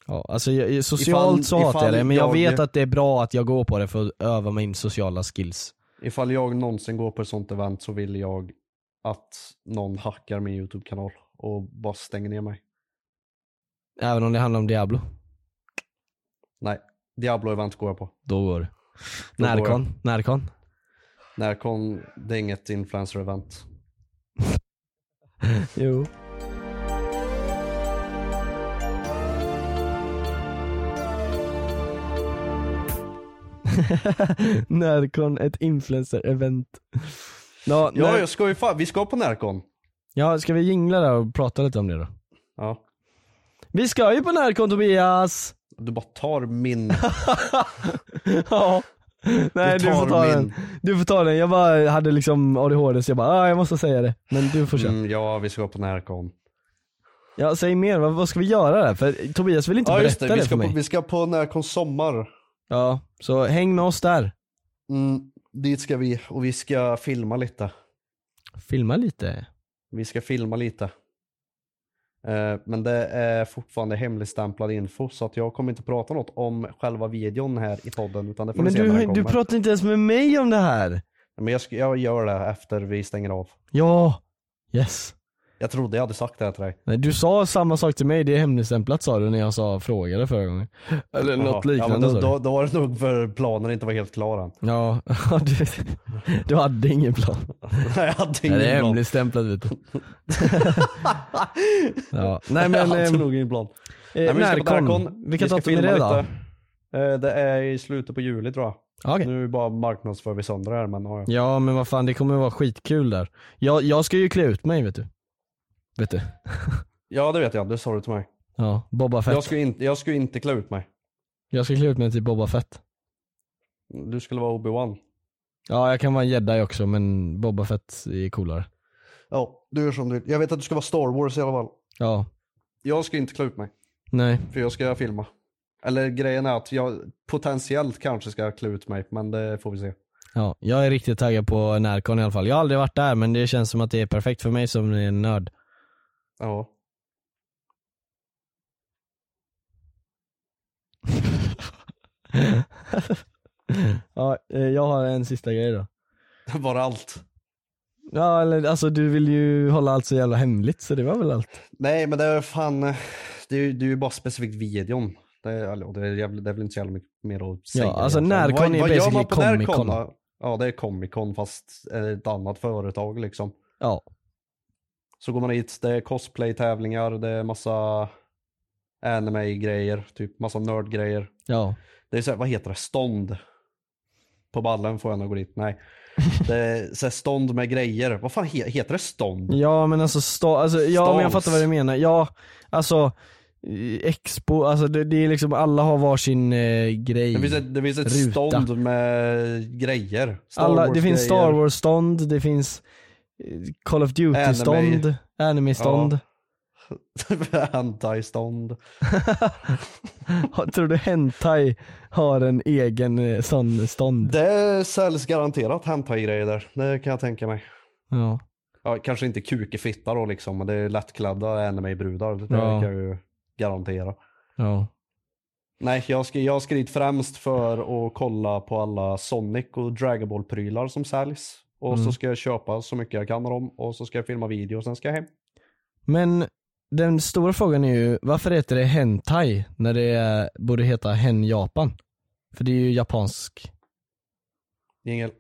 Speaker 1: Ja, alltså jag, socialt
Speaker 2: Ifall-
Speaker 1: så hatar jag
Speaker 2: ifall
Speaker 1: det, men jag,
Speaker 2: jag-
Speaker 1: vet att det är bra att jag går på det för att öva min sociala skills.
Speaker 2: Ifall jag någonsin går på ett sånt event så vill jag att någon hackar min YouTube-kanal och bara stänger ner mig.
Speaker 1: Även om det handlar om Diablo.
Speaker 2: Nej, Diablo-event går jag på.
Speaker 1: Då går det.
Speaker 2: Då går
Speaker 1: Närcon, Närcon.
Speaker 2: Närcon, det är inget influencer-event.
Speaker 1: Jo. *laughs* Närcon, ett influencer-event. Ja,
Speaker 2: Ja,
Speaker 1: när-
Speaker 2: jag ska ju fan, vi ska på Närcon.
Speaker 1: ja, ska vi jingla där och prata lite om det då?
Speaker 2: Ja.
Speaker 1: Vi ska ju på Närcon Tobias!
Speaker 2: Du bara tar min...
Speaker 1: *laughs* Ja. Nej
Speaker 2: Du
Speaker 1: du får
Speaker 2: tar
Speaker 1: ta den.
Speaker 2: min.
Speaker 1: Du får ta den. Jag bara hade liksom ADHD så jag bara, ah, jag måste säga det. Men du får köra.
Speaker 2: Mm, ja, vi ska på Närcon.
Speaker 1: Ja, säg mer, vad, vad ska vi göra där? För Tobias vill inte
Speaker 2: Ja just
Speaker 1: berätta det,
Speaker 2: det, vi
Speaker 1: för
Speaker 2: ska, på,
Speaker 1: mig.
Speaker 2: vi ska på Närcon Sommar.
Speaker 1: Ja, så häng med oss där.
Speaker 2: Mm, dit ska vi och vi ska filma lite.
Speaker 1: Filma lite.
Speaker 2: Vi ska filma lite. Eh, Men det är fortfarande hemligstämplad info så att jag kommer inte prata något om själva videon här i podden utan det får
Speaker 1: Men
Speaker 2: ni se när
Speaker 1: du,
Speaker 2: den kommer.
Speaker 1: du pratar inte ens med mig om det här.
Speaker 2: Men jag, ska, jag gör det efter vi stänger av.
Speaker 1: Ja, yes.
Speaker 2: Jag trodde jag hade sagt det här till dig.
Speaker 1: Nej, du sa samma sak till mig, det är hemligstämplat sa du när jag sa frågade förra gången. Eller något
Speaker 2: Jaha.
Speaker 1: liknande
Speaker 2: ja,
Speaker 1: sa
Speaker 2: men
Speaker 1: du.
Speaker 2: då, då, då var det nog för planen inte var helt klar än. *laughs*
Speaker 1: *laughs* Ja, du, du hade ingen plan.
Speaker 2: Nej, jag hade
Speaker 1: Nej,
Speaker 2: ingen
Speaker 1: det är
Speaker 2: plan.
Speaker 1: hemligstämplat vet du. ja. Nej
Speaker 2: *laughs* *laughs* jag
Speaker 1: men,
Speaker 2: hade
Speaker 1: eh,
Speaker 2: nog ingen plan.
Speaker 1: eh,
Speaker 2: Nej, men vi ska på
Speaker 1: Närcon,
Speaker 2: Närcon.
Speaker 1: vilka
Speaker 2: ska
Speaker 1: datum är
Speaker 2: filma
Speaker 1: det då?
Speaker 2: lite. Eh, Det är i slutet på juli tror jag.
Speaker 1: Ja, okej.
Speaker 2: Nu bara marknadsför vi sönder det här men ja, ja.
Speaker 1: Ja men vad fan det kommer vara skitkul där. Jag, jag ska ju klä ut mig vet du. Vet du?
Speaker 2: ja det vet jag, det sa du till mig.
Speaker 1: Ja, Boba Fett.
Speaker 2: Jag skulle, inte, jag skulle inte klä ut mig.
Speaker 1: klä ut mig till Boba Fett.
Speaker 2: Du skulle vara Obi-Wan.
Speaker 1: Ja jag kan vara en jedi också men Boba Fett är coolare.
Speaker 2: Ja, du gör som du vill. Jag vet att du ska vara Star Wars i alla fall.
Speaker 1: Ja,
Speaker 2: Jag ska inte klä ut mig,
Speaker 1: nej.
Speaker 2: för jag ska filma. Eller grejen är att jag potentiellt kanske ska klä ut mig, men det får vi se.
Speaker 1: Ja, jag är riktigt taggad på Närcon i alla fall. Jag har aldrig varit där men det känns som att det är perfekt för mig som är en nörd. *laughs*
Speaker 2: *laughs* Ja.
Speaker 1: Ja, eh, jag har en sista grej då.
Speaker 2: Var det allt?
Speaker 1: Ja eller alltså du vill ju hålla allt så jävla hemligt så det var väl allt.
Speaker 2: Nej, men det är fan, det är ju det är ju bara specifikt videon. Det är, alltså, det, är jävla, det är väl inte så jävla mycket mer att säga.
Speaker 1: alltså,
Speaker 2: egentligen.
Speaker 1: Närcon är
Speaker 2: gör
Speaker 1: basically
Speaker 2: man på Närcon,
Speaker 1: Comic Con.
Speaker 2: då? Ja, det är Comic Con fast eh, ett annat företag liksom.
Speaker 1: Ja.
Speaker 2: Så går man hit, det är cosplay-tävlingar, det är massa anime-grejer, typ massa nörd-grejer.
Speaker 1: Ja.
Speaker 2: Det är så här, vad heter det, stånd? På ballen får jag nog gå dit, nej.
Speaker 1: *laughs*
Speaker 2: Det är så här stånd med grejer, vad fan he- heter det stånd?
Speaker 1: Ja men alltså, sta, alltså ja, men jag
Speaker 2: Stans.
Speaker 1: fattar vad du menar. Ja, alltså eh, Expo, alltså det, det är liksom alla har varsin eh, grej.
Speaker 2: Det finns ett, det finns ett
Speaker 1: Ruta.
Speaker 2: stånd med grejer. Star
Speaker 1: alla, det
Speaker 2: Wars-grejer.
Speaker 1: finns Star Wars stånd, det finns eh, Call of Duty
Speaker 2: Anime.
Speaker 1: stånd, anime stånd.
Speaker 2: *laughs* Anti-stånd.
Speaker 1: *laughs* Tror du Hentai har en egen eh, sån stånd?
Speaker 2: Det säljs garanterat hentai-grejer där, det kan jag tänka mig.
Speaker 1: Ja.
Speaker 2: Ja, kanske inte kukefitta då liksom, men det är lättklädda anime-brudar. Det
Speaker 1: Ja.
Speaker 2: kan jag ju garantera.
Speaker 1: Ja.
Speaker 2: Nej, jag ska, jag ska dit främst för att kolla på alla Sonic och Dragon Ball-prylar som säljs. Och
Speaker 1: Mm.
Speaker 2: så ska jag köpa så mycket jag kan av dem och så ska jag filma video och sen ska jag hem.
Speaker 1: Men den stora frågan är ju, varför heter det Hentai när det eh, borde heta Hen Japan? För det är ju japansk
Speaker 2: Jingel.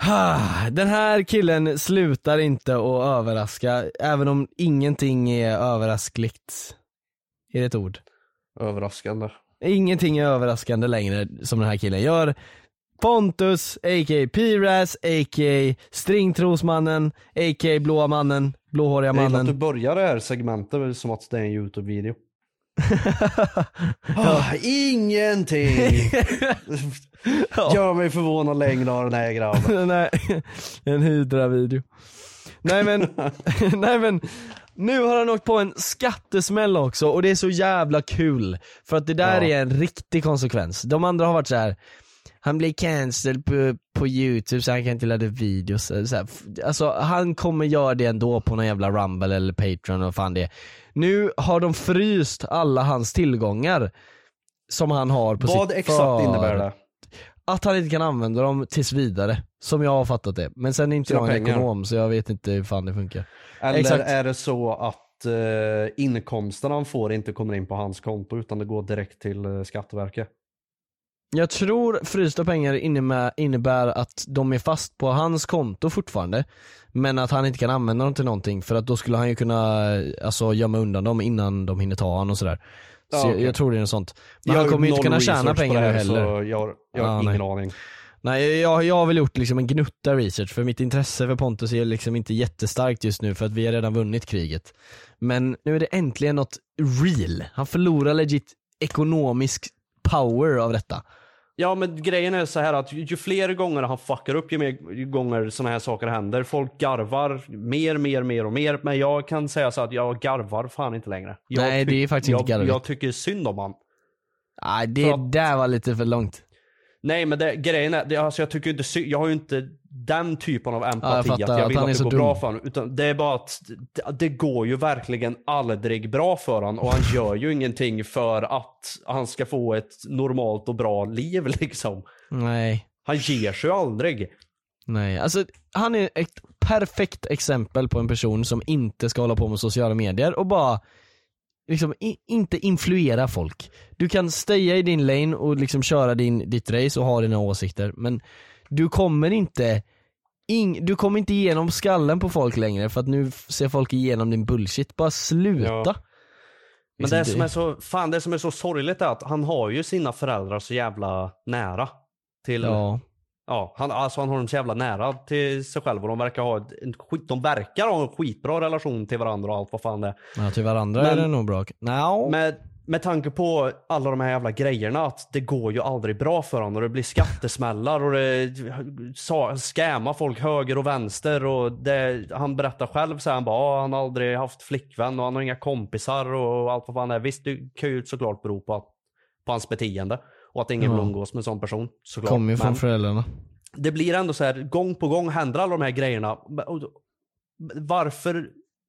Speaker 1: Ah, Den här killen slutar inte att överraska, även om ingenting är överraskligt. Är det ett ord?
Speaker 2: Överraskande.
Speaker 1: Ingenting är överraskande längre som den här killen gör. Pontus, a.k.a. Piras, a.k.a. Stringtrosmannen, a.k.a. Blåa mannen, Blåhåriga
Speaker 2: Jag gillar att du
Speaker 1: mannen.
Speaker 2: börjar det här segmentet som att det är
Speaker 1: *laughs*
Speaker 2: en YouTube-video. Ah,
Speaker 1: *laughs*
Speaker 2: ingenting gör mig förvånad längre av den här
Speaker 1: *laughs*
Speaker 2: grabben.
Speaker 1: Nej, en hydra-video. Nej
Speaker 2: *laughs*
Speaker 1: men, nej men, nu har han åkt på en skattesmäll också och det är så jävla kul. För att det där
Speaker 2: Ja.
Speaker 1: är en riktig konsekvens. De andra har varit så här. han blir cancelled på, på youtube så han kan inte ladda videos. eller Så här. F- Alltså han kommer göra det ändå på någon jävla rumble eller patreon och fan det är. Nu har de fryst alla hans tillgångar som han har på
Speaker 2: Vad
Speaker 1: sitt
Speaker 2: exakt innebär det?
Speaker 1: att han inte kan använda dem tills vidare, som jag har fattat det. Men sen är inte
Speaker 2: Sina
Speaker 1: jag en
Speaker 2: pengar.
Speaker 1: ekonom så jag vet inte hur fan det funkar.
Speaker 2: Eller
Speaker 1: Exakt.
Speaker 2: är det så att att eh, inkomsten han får inte kommer in på hans konto utan det går direkt till eh, Skatteverket.
Speaker 1: Jag tror frysta pengar innebär, innebär att de är fast på hans konto fortfarande Men att han inte kan använda dem till någonting för att då skulle han ju kunna eh, alltså, gömma undan dem innan de hinner ta honom och sådär Så
Speaker 2: Ja,
Speaker 1: jag,
Speaker 2: okej.
Speaker 1: jag tror det är något sånt Men
Speaker 2: Jag har
Speaker 1: han kommer ju inte
Speaker 2: noll
Speaker 1: kunna
Speaker 2: research
Speaker 1: tjäna
Speaker 2: på
Speaker 1: pengar
Speaker 2: det
Speaker 1: nu
Speaker 2: här, så
Speaker 1: heller
Speaker 2: Jag har, jag har
Speaker 1: Ah,
Speaker 2: ingen
Speaker 1: nej.
Speaker 2: aning.
Speaker 1: Nej jag, jag har väl gjort liksom en gnutta research för mitt intresse för Pontus är liksom inte jättestarkt just nu för att vi har redan vunnit kriget Men nu är det äntligen något real, han förlorar legit ekonomisk power av detta
Speaker 2: Ja men grejen är så här att ju ju fler gånger han fuckar upp ju mer ju gånger sådana här saker händer. Folk garvar mer, mer, mer och mer. Men jag kan säga så att jag garvar fan inte längre. Jag
Speaker 1: Nej,
Speaker 2: tyck-
Speaker 1: det är faktiskt inte
Speaker 2: jag,
Speaker 1: garvigt.
Speaker 2: jag tycker synd om han.
Speaker 1: Nej
Speaker 2: För
Speaker 1: det
Speaker 2: att-
Speaker 1: där var lite för långt
Speaker 2: Nej men det, grejen är, det, alltså jag tycker inte sy- jag har ju inte den typen av empati
Speaker 1: Ja, jag fattar,
Speaker 2: att jag vill
Speaker 1: att han är
Speaker 2: att, det
Speaker 1: så
Speaker 2: går
Speaker 1: dum.
Speaker 2: bra för honom. Utan det är bara att det, det går ju verkligen aldrig bra för honom och han gör ju ingenting för att han ska få ett normalt och bra liv *laughs* liksom.
Speaker 1: Nej
Speaker 2: Han ger sig ju aldrig.
Speaker 1: Nej, alltså han är ett perfekt exempel på en person som inte ska hålla på med sociala medier och bara liksom i, inte influera folk. Du kan staya i din lane och liksom köra din, ditt race och ha dina åsikter men du kommer inte ing, du kommer inte igenom skallen på folk längre för att nu f- ser folk igenom din bullshit. Bara sluta.
Speaker 2: Ja. Men det
Speaker 1: Liksom,
Speaker 2: som är så, fan det som är så sorgligt är att han har ju sina föräldrar så jävla nära. Till, ja.
Speaker 1: Ja.
Speaker 2: han, alltså han har dem så jävla nära till sig själv och de verkar ha ett- en, skit, de verkar ha en skitbra relation till varandra och allt vad fan det är.
Speaker 1: ja, till varandra
Speaker 2: Men-
Speaker 1: är det nog bra. No.
Speaker 2: Med, med tanke på alla de här jävla grejerna att det går ju aldrig bra för honom och det blir skattesmällar och det sa- skämar folk höger och vänster och det, han berättar själv så här, han bara "Ah, han har aldrig haft flickvän och han har inga kompisar och allt vad fan det är. Visst det kan ju såklart bero på, att- på hans beteende och att ingen
Speaker 1: Ja.
Speaker 2: vill umgås med en sån person. Såklart.
Speaker 1: Kommer ju från
Speaker 2: Men-
Speaker 1: föräldrarna.
Speaker 2: det blir ändå så här, gång på gång händer alla de här grejerna. Och då- Varför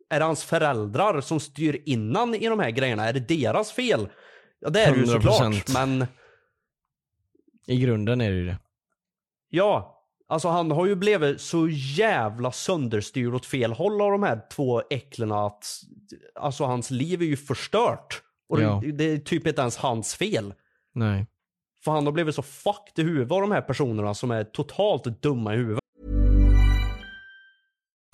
Speaker 2: är det hans föräldrar som styr innan i de här grejerna? Är det deras fel? Ja det är det ju
Speaker 1: 100%.
Speaker 2: såklart, men
Speaker 1: I grunden är det ju det.
Speaker 2: ja. Alltså han har ju blivit så jävla sönderstyrd åt fel håll av de här två äcklena att alltså hans liv är ju förstört. Och
Speaker 1: Ja.
Speaker 2: det, det är typ inte ens hans fel.
Speaker 1: Nej.
Speaker 2: För han har blivit så fucked i huvudet av de här personerna som är totalt dumma i huvudet.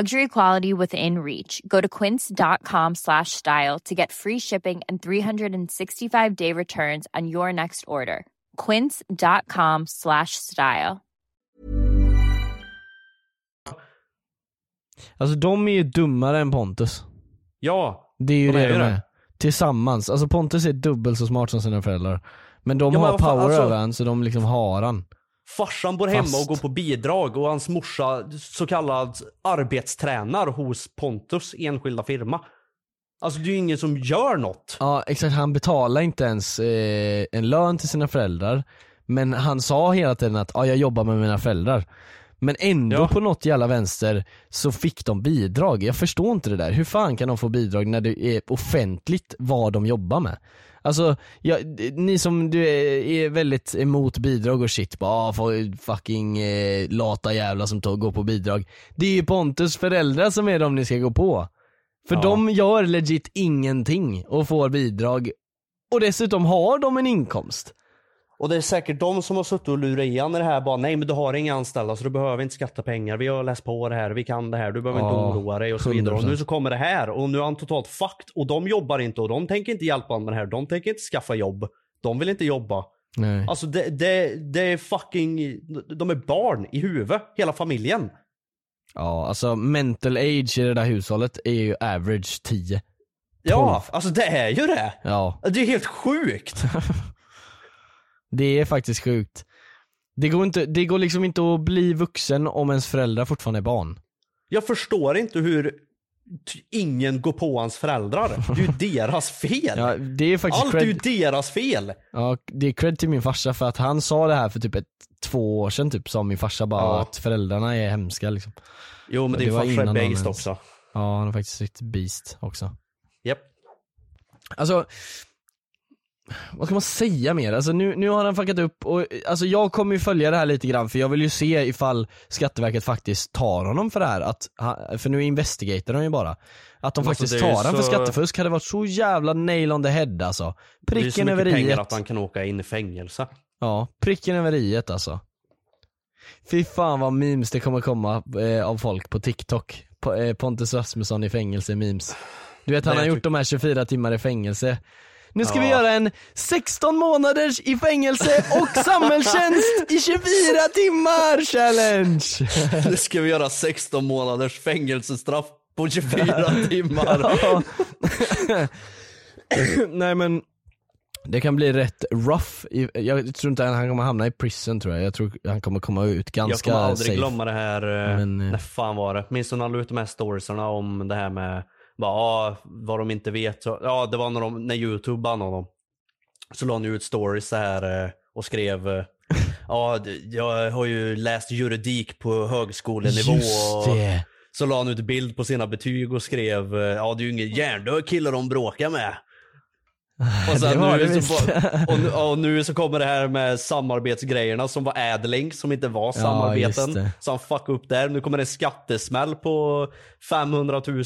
Speaker 4: Luxury quality within reach. Go to quince.com slash style to get free shipping and 365 day returns on your next order. Quince.com slash style.
Speaker 1: Alltså de är ju dummare än Pontus.
Speaker 2: Ja,
Speaker 1: Det är ju
Speaker 2: De
Speaker 1: det
Speaker 2: är ju
Speaker 1: de
Speaker 2: det.
Speaker 1: är. Tillsammans. Alltså Pontus är dubbelt så smart som sina föräldrar. Men de
Speaker 2: Ja, men
Speaker 1: har
Speaker 2: vad fan,
Speaker 1: power
Speaker 2: alltså-
Speaker 1: över han så de liksom har han.
Speaker 2: Farsan bor hemma
Speaker 1: Fast.
Speaker 2: och går på bidrag och hans morsa så kallad arbetstränar hos Pontus enskilda firma. Alltså det är ju ingen som gör något.
Speaker 1: Ja exakt, han betalar inte ens eh, en lön till sina föräldrar. Men han sa hela tiden att ja, jag jobbar med mina föräldrar. Men ändå
Speaker 2: Ja.
Speaker 1: på något jävla vänster så fick de bidrag. Jag förstår inte det där. Hur fan kan de få bidrag när det är offentligt vad de jobbar med? Alltså, ja, d- ni som du är, är väldigt emot bidrag och shit, bara ah, för fucking eh, lata jävlar som tar- går på bidrag. Det är ju Pontus föräldrar som är de ni ska gå på. För
Speaker 2: Ja.
Speaker 1: de gör legit ingenting och får bidrag och dessutom har de en inkomst.
Speaker 2: Och det är säkert de som har suttit och lurat i han i det här bara nej men du har inga anställda så du behöver inte skattepengar. Vi har läst på det här, vi kan det här, du behöver
Speaker 1: Ja,
Speaker 2: inte oroa dig och så vidare. Och nu
Speaker 1: 100%.
Speaker 2: så kommer det här och nu är han totalt fucked och de jobbar inte och de tänker inte hjälpa honom med det här. De tänker inte skaffa jobb. De vill inte jobba.
Speaker 1: Nej.
Speaker 2: Alltså det, det, det är fucking, de är barn i huvudet, hela familjen.
Speaker 1: Ja, alltså mental age i det där hushållet är ju average 10.
Speaker 2: Ja, alltså det är ju det.
Speaker 1: Ja,
Speaker 2: Det är helt sjukt.
Speaker 1: det är faktiskt sjukt. Det går, inte, det går liksom inte att bli vuxen om ens föräldrar fortfarande är barn.
Speaker 2: Jag förstår inte hur t- ingen går på hans föräldrar. Det är
Speaker 1: *laughs*
Speaker 2: ju deras fel.
Speaker 1: Ja, det är faktiskt
Speaker 2: Allt är ju
Speaker 1: cred,
Speaker 2: deras fel.
Speaker 1: ja, det är cred till min farsa för att han sa det här för typ ett, två år sedan typ, sa min farsa bara
Speaker 2: Ja.
Speaker 1: att föräldrarna är hemska liksom.
Speaker 2: Jo men
Speaker 1: Det
Speaker 2: din
Speaker 1: var
Speaker 2: farsa är
Speaker 1: innan han
Speaker 2: based
Speaker 1: ens-
Speaker 2: också.
Speaker 1: Ja, han är faktiskt ett beast också.
Speaker 2: Japp.
Speaker 1: Alltså, vad ska man säga mer? Alltså nu, nu har han fuckat upp och alltså jag kommer ju följa det här lite grann för jag vill ju se ifall Skatteverket faktiskt tar honom för det här. Att, ha- för nu investigator de ju bara. Att de
Speaker 2: Men alltså,
Speaker 1: faktiskt
Speaker 2: det är
Speaker 1: tar
Speaker 2: ju
Speaker 1: honom för
Speaker 2: så-
Speaker 1: skattefusk hade varit så jävla nail on the head alltså.
Speaker 2: Det är ju så
Speaker 1: Pricken över
Speaker 2: mycket
Speaker 1: i.
Speaker 2: pengar att han kan åka in
Speaker 1: *laughs*
Speaker 2: i fängelse.
Speaker 1: Ja, pricken över iet alltså. Fy fan vad memes det kommer komma eh, av folk på TikTok. Po- eh, Pontus Rasmusson i fängelse memes. Du vet han
Speaker 2: Nej,
Speaker 1: har
Speaker 2: jag
Speaker 1: gjort de här 24 timmar i fängelse. Nu ska vi
Speaker 2: Ja.
Speaker 1: göra en 16 månaders i fängelse
Speaker 2: *laughs*
Speaker 1: och samhällstjänst i 24 timmar
Speaker 2: *laughs*
Speaker 1: challenge.
Speaker 2: Nu ska vi göra 16 månaders fängelsestraff
Speaker 1: *laughs*
Speaker 2: på 24 timmar.
Speaker 1: Nej men det kan bli rätt rough. i- Jag tror inte han kommer hamna i prison tror jag. Jag tror han kommer komma ut
Speaker 2: Jag
Speaker 1: ganska
Speaker 2: kommer aldrig
Speaker 1: safe.
Speaker 2: glömma det här,
Speaker 1: Men, eh,
Speaker 2: men, när fan var det? Minns du när han la ut de här storiesarna om det här med bara, ah, vad de inte vet? Så, ja, det var när, de, när YouTube bannade honom. Så la han ju ut stories så här eh, och skrev eh, *laughs* Ja, d- jag har ju läst juridik på högskolenivå.
Speaker 1: Just
Speaker 2: och-
Speaker 1: det.
Speaker 2: Så la han ut bild på sina betyg och skrev eh, Ja det är ju ingen hjärndöd kille de
Speaker 1: *laughs*
Speaker 2: bråkar med. Och, sen
Speaker 1: det var
Speaker 2: nu,
Speaker 1: det
Speaker 2: så,
Speaker 1: visst.
Speaker 2: bara- och,
Speaker 1: *laughs*
Speaker 2: nu, och nu så kommer det här med samarbetsgrejerna som var ädling som inte var
Speaker 1: just
Speaker 2: samarbeten.
Speaker 1: det.
Speaker 2: så han fuckade upp där. Nu kommer det en skattesmäll på 500 000.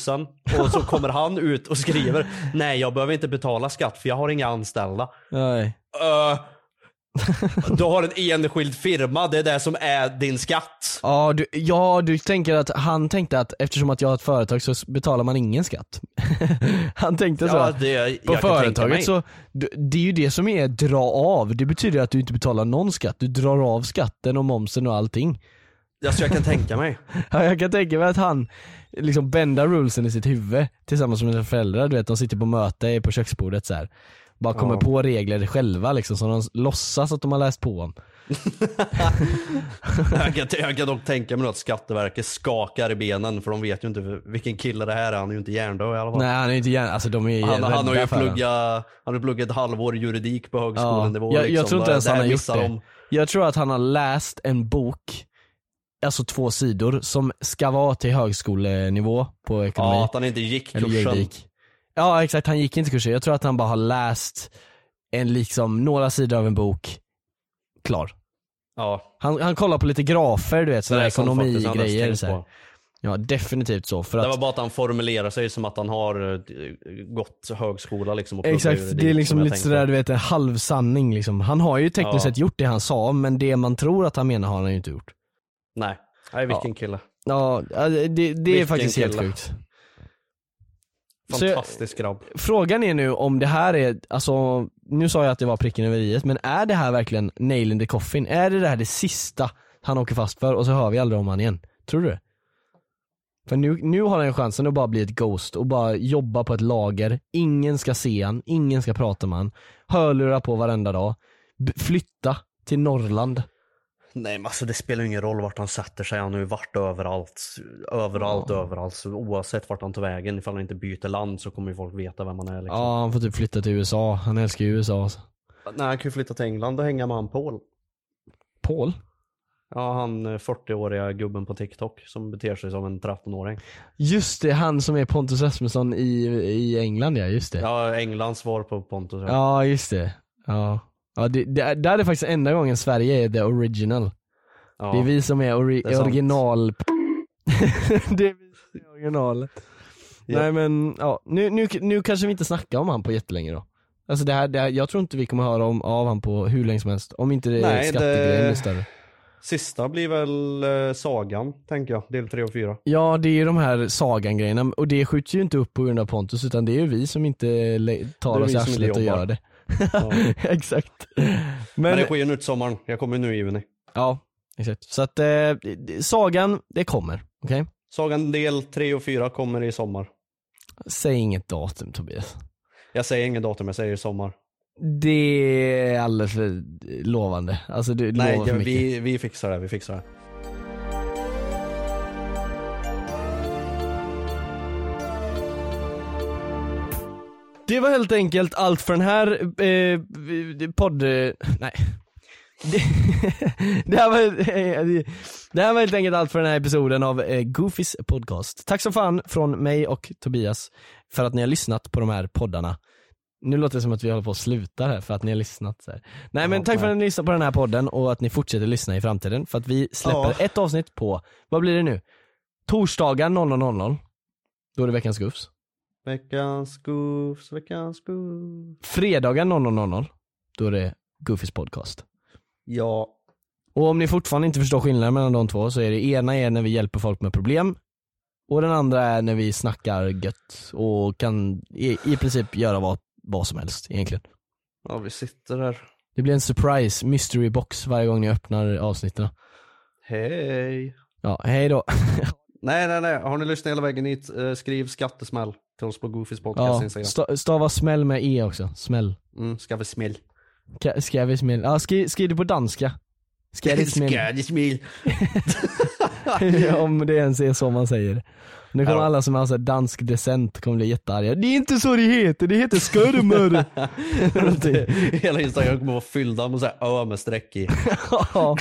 Speaker 2: Och så kommer han ut och skriver Nej jag behöver inte betala skatt för jag har inga anställda.
Speaker 1: Nej. *laughs*
Speaker 2: "Eh, du har en enskild firma, det är det som är din skatt.
Speaker 1: Ja du, ja, du tänker att han tänkte att eftersom att jag har ett företag så s- betalar man ingen skatt. *laughs* han tänkte så.
Speaker 2: Ja,
Speaker 1: att
Speaker 2: det, jag
Speaker 1: på
Speaker 2: kan tänka mig.
Speaker 1: företaget så, d- det är ju det som är dra av. Det betyder att du inte betalar någon skatt. Du drar av skatten och momsen och allting. *laughs*
Speaker 2: Alltså jag kan tänka mig. *laughs*
Speaker 1: Ja, jag kan tänka mig att han liksom bändar rulesen i sitt huvud tillsammans med sina föräldrar. Du vet de sitter på möte på köksbordet så här. Bara kommer
Speaker 2: Ja.
Speaker 1: på regler själva liksom som de s- låtsas att de har läst på om.
Speaker 2: Jag kan, jag kan dock tänka mig att Skatteverket skakar i benen för de vet ju inte vilken kille det här är. Han är ju inte hjärndöd i alla fall.
Speaker 1: Nej han är ju inte gärna, alltså de är ju
Speaker 2: han, han har ju
Speaker 1: rädda för honom.
Speaker 2: pluggat, han har pluggat ett halvår juridik på
Speaker 1: Ja,
Speaker 2: högskolenivå.
Speaker 1: jag,
Speaker 2: liksom.
Speaker 1: jag tror inte ens
Speaker 2: Där
Speaker 1: han har gjort
Speaker 2: missar
Speaker 1: det.
Speaker 2: de-
Speaker 1: Jag tror att han har läst en bok, alltså två sidor, som ska vara till högskolenivå på ekonomi.
Speaker 2: Ja, att han inte gick
Speaker 1: eller
Speaker 2: kursen.
Speaker 1: juridik. Ja exakt, han gick inte kursen. Jag tror att han bara har läst en, liksom, några sidor av en bok, klar.
Speaker 2: Ja,
Speaker 1: Han, han kollar på lite grafer du vet, sådana
Speaker 2: är sant faktiskt, jag hade inte
Speaker 1: ekonomigrejer.
Speaker 2: tänkt
Speaker 1: så här.
Speaker 2: på.
Speaker 1: Ja definitivt så. För
Speaker 2: Det
Speaker 1: att,
Speaker 2: var bara att han formulerar sig som att han har eh, gått högskola liksom och pluggat
Speaker 1: Exakt,
Speaker 2: juridik,
Speaker 1: det är liksom
Speaker 2: som jag
Speaker 1: lite
Speaker 2: tänkte.
Speaker 1: sådär du vet en halvsanning liksom. Han har ju tekniskt
Speaker 2: Ja.
Speaker 1: sett gjort det han sa men det man tror att han menar har han ju inte gjort.
Speaker 2: Nej, Nej vilken kille.
Speaker 1: Ja, ja, det, det är
Speaker 2: Vilken
Speaker 1: faktiskt helt
Speaker 2: kille.
Speaker 1: sjukt. Så jag-
Speaker 2: Fantastisk grabb.
Speaker 1: Frågan är nu om det här är, alltså nu sa jag att det var pricken över i men är det här verkligen nail in the coffin? Är det det här det sista han åker fast för och så hör vi aldrig om han igen? Tror du det? För nu, nu har han ju chansen att bara bli ett ghost och bara jobba på ett lager, ingen ska se han, ingen ska prata med han, hörlurar på varenda dag, B- flytta till Norrland.
Speaker 2: Nej men alltså det spelar ju ingen roll vart han sätter sig, han har ju varit överallt. Överallt, överallt. Så oavsett vart han tar vägen, ifall han inte byter land så kommer ju folk veta vem han är. Liksom.
Speaker 1: Ja han får typ flytta till USA, han älskar ju USA alltså.
Speaker 2: Nej, han kan ju flytta till England och hänga med han Paul.
Speaker 1: Paul?
Speaker 2: Ja, han eh, 40-åriga gubben på TikTok som beter sig som en 13-åring.
Speaker 1: Just det, han som är Pontus Rasmusson i, i England ja, just det. Ja,
Speaker 2: Ja, Englands svar på Pontus.
Speaker 1: just det. Ja. Ja, det, det, är- där är faktiskt enda gången Sverige är the original.
Speaker 2: Ja.
Speaker 1: Det är vi som är, ori-
Speaker 2: det är sant.
Speaker 1: original. *laughs* det är vi som är originalet.
Speaker 2: Ja.
Speaker 1: Nej men, ja. nu, nu, nu kanske vi inte snackar om han på jättelänge då. Alltså det här, det här, jag tror inte vi kommer höra om, av han på hur länge som helst. Om inte det
Speaker 2: Nej,
Speaker 1: är
Speaker 2: det-
Speaker 1: skattegrejen blir större.
Speaker 2: Sista blir väl eh, Sagan, tänker jag. Del 3 och 4.
Speaker 1: Ja det är ju de här sagan-grejerna och det skjuts ju inte upp på grund av Pontus utan det är ju vi som inte le- tar
Speaker 2: Det är
Speaker 1: oss
Speaker 2: vi
Speaker 1: i
Speaker 2: som inte
Speaker 1: arslet och
Speaker 2: jobbar.
Speaker 1: gör det. *laughs* exakt.
Speaker 2: Men
Speaker 1: Men,
Speaker 2: det sker ju nu till sommaren. Jag kommer nu i juni.
Speaker 1: ja, exakt. Så att eh, sagan, det kommer. Okej?
Speaker 2: Sagan del 3 och 4 kommer i sommar.
Speaker 1: Säg inget datum Tobias.
Speaker 2: Jag säger ingen datum, jag säger i sommar.
Speaker 1: Det är alldeles för lovande. Alltså du
Speaker 2: Nej,
Speaker 1: lovar
Speaker 2: ja,
Speaker 1: för mycket.
Speaker 2: vi, vi fixar det, vi fixar det.
Speaker 1: Det var helt enkelt allt för den här eh, podd... eh, Nej. Det, *laughs* det, här var, eh, det här var helt enkelt allt för den här episoden av eh, Goofys podcast. Tack så fan från mig och Tobias för att ni har lyssnat på de här poddarna. Nu låter det som att vi håller på att sluta här för att ni har lyssnat. Så här. Nej men
Speaker 2: Ja,
Speaker 1: tack för
Speaker 2: nej.
Speaker 1: att ni lyssnar på den här podden och att ni fortsätter lyssna i framtiden för att vi släpper ett avsnitt på, vad blir det nu? Torsdagar 00.00. Då är det veckans Goofs.
Speaker 2: Veckans goofs, veckans goofs.
Speaker 1: fredagar 00.00 då är det Goofys podcast.
Speaker 2: Ja,
Speaker 1: Och om ni fortfarande inte förstår skillnaden mellan de två så är det ena är när vi hjälper folk med problem och den andra är när vi snackar gött och kan i, i princip göra vad, vad som helst egentligen.
Speaker 2: ja vi sitter här.
Speaker 1: Det blir en surprise mystery box varje gång ni öppnar avsnitten.
Speaker 2: Hej.
Speaker 1: Ja, hej då.
Speaker 2: Nej, nej, nej. Har ni lyssnat hela vägen hit, eh, skriv skattesmäll till oss på Goofys podcast
Speaker 1: Ja,
Speaker 2: Instagram.
Speaker 1: sta- stava smäll med e också. Smäll.
Speaker 2: Mm, ska vi smäll.
Speaker 1: Ka- Ska vi smäll? Ja, skri- skriv det på danska. Ska vi smäll?
Speaker 2: Ska vi smäll.
Speaker 1: *laughs* Om det ens är så man säger. Nu kommer
Speaker 2: Ja.
Speaker 1: alla som har så här dansk decent kommer bli jättearga. Det är inte så det heter, det heter skurmur. Någonting.
Speaker 2: *laughs* Hela Instagram kommer vara fyllda med så här ö med streck i.
Speaker 1: Ja.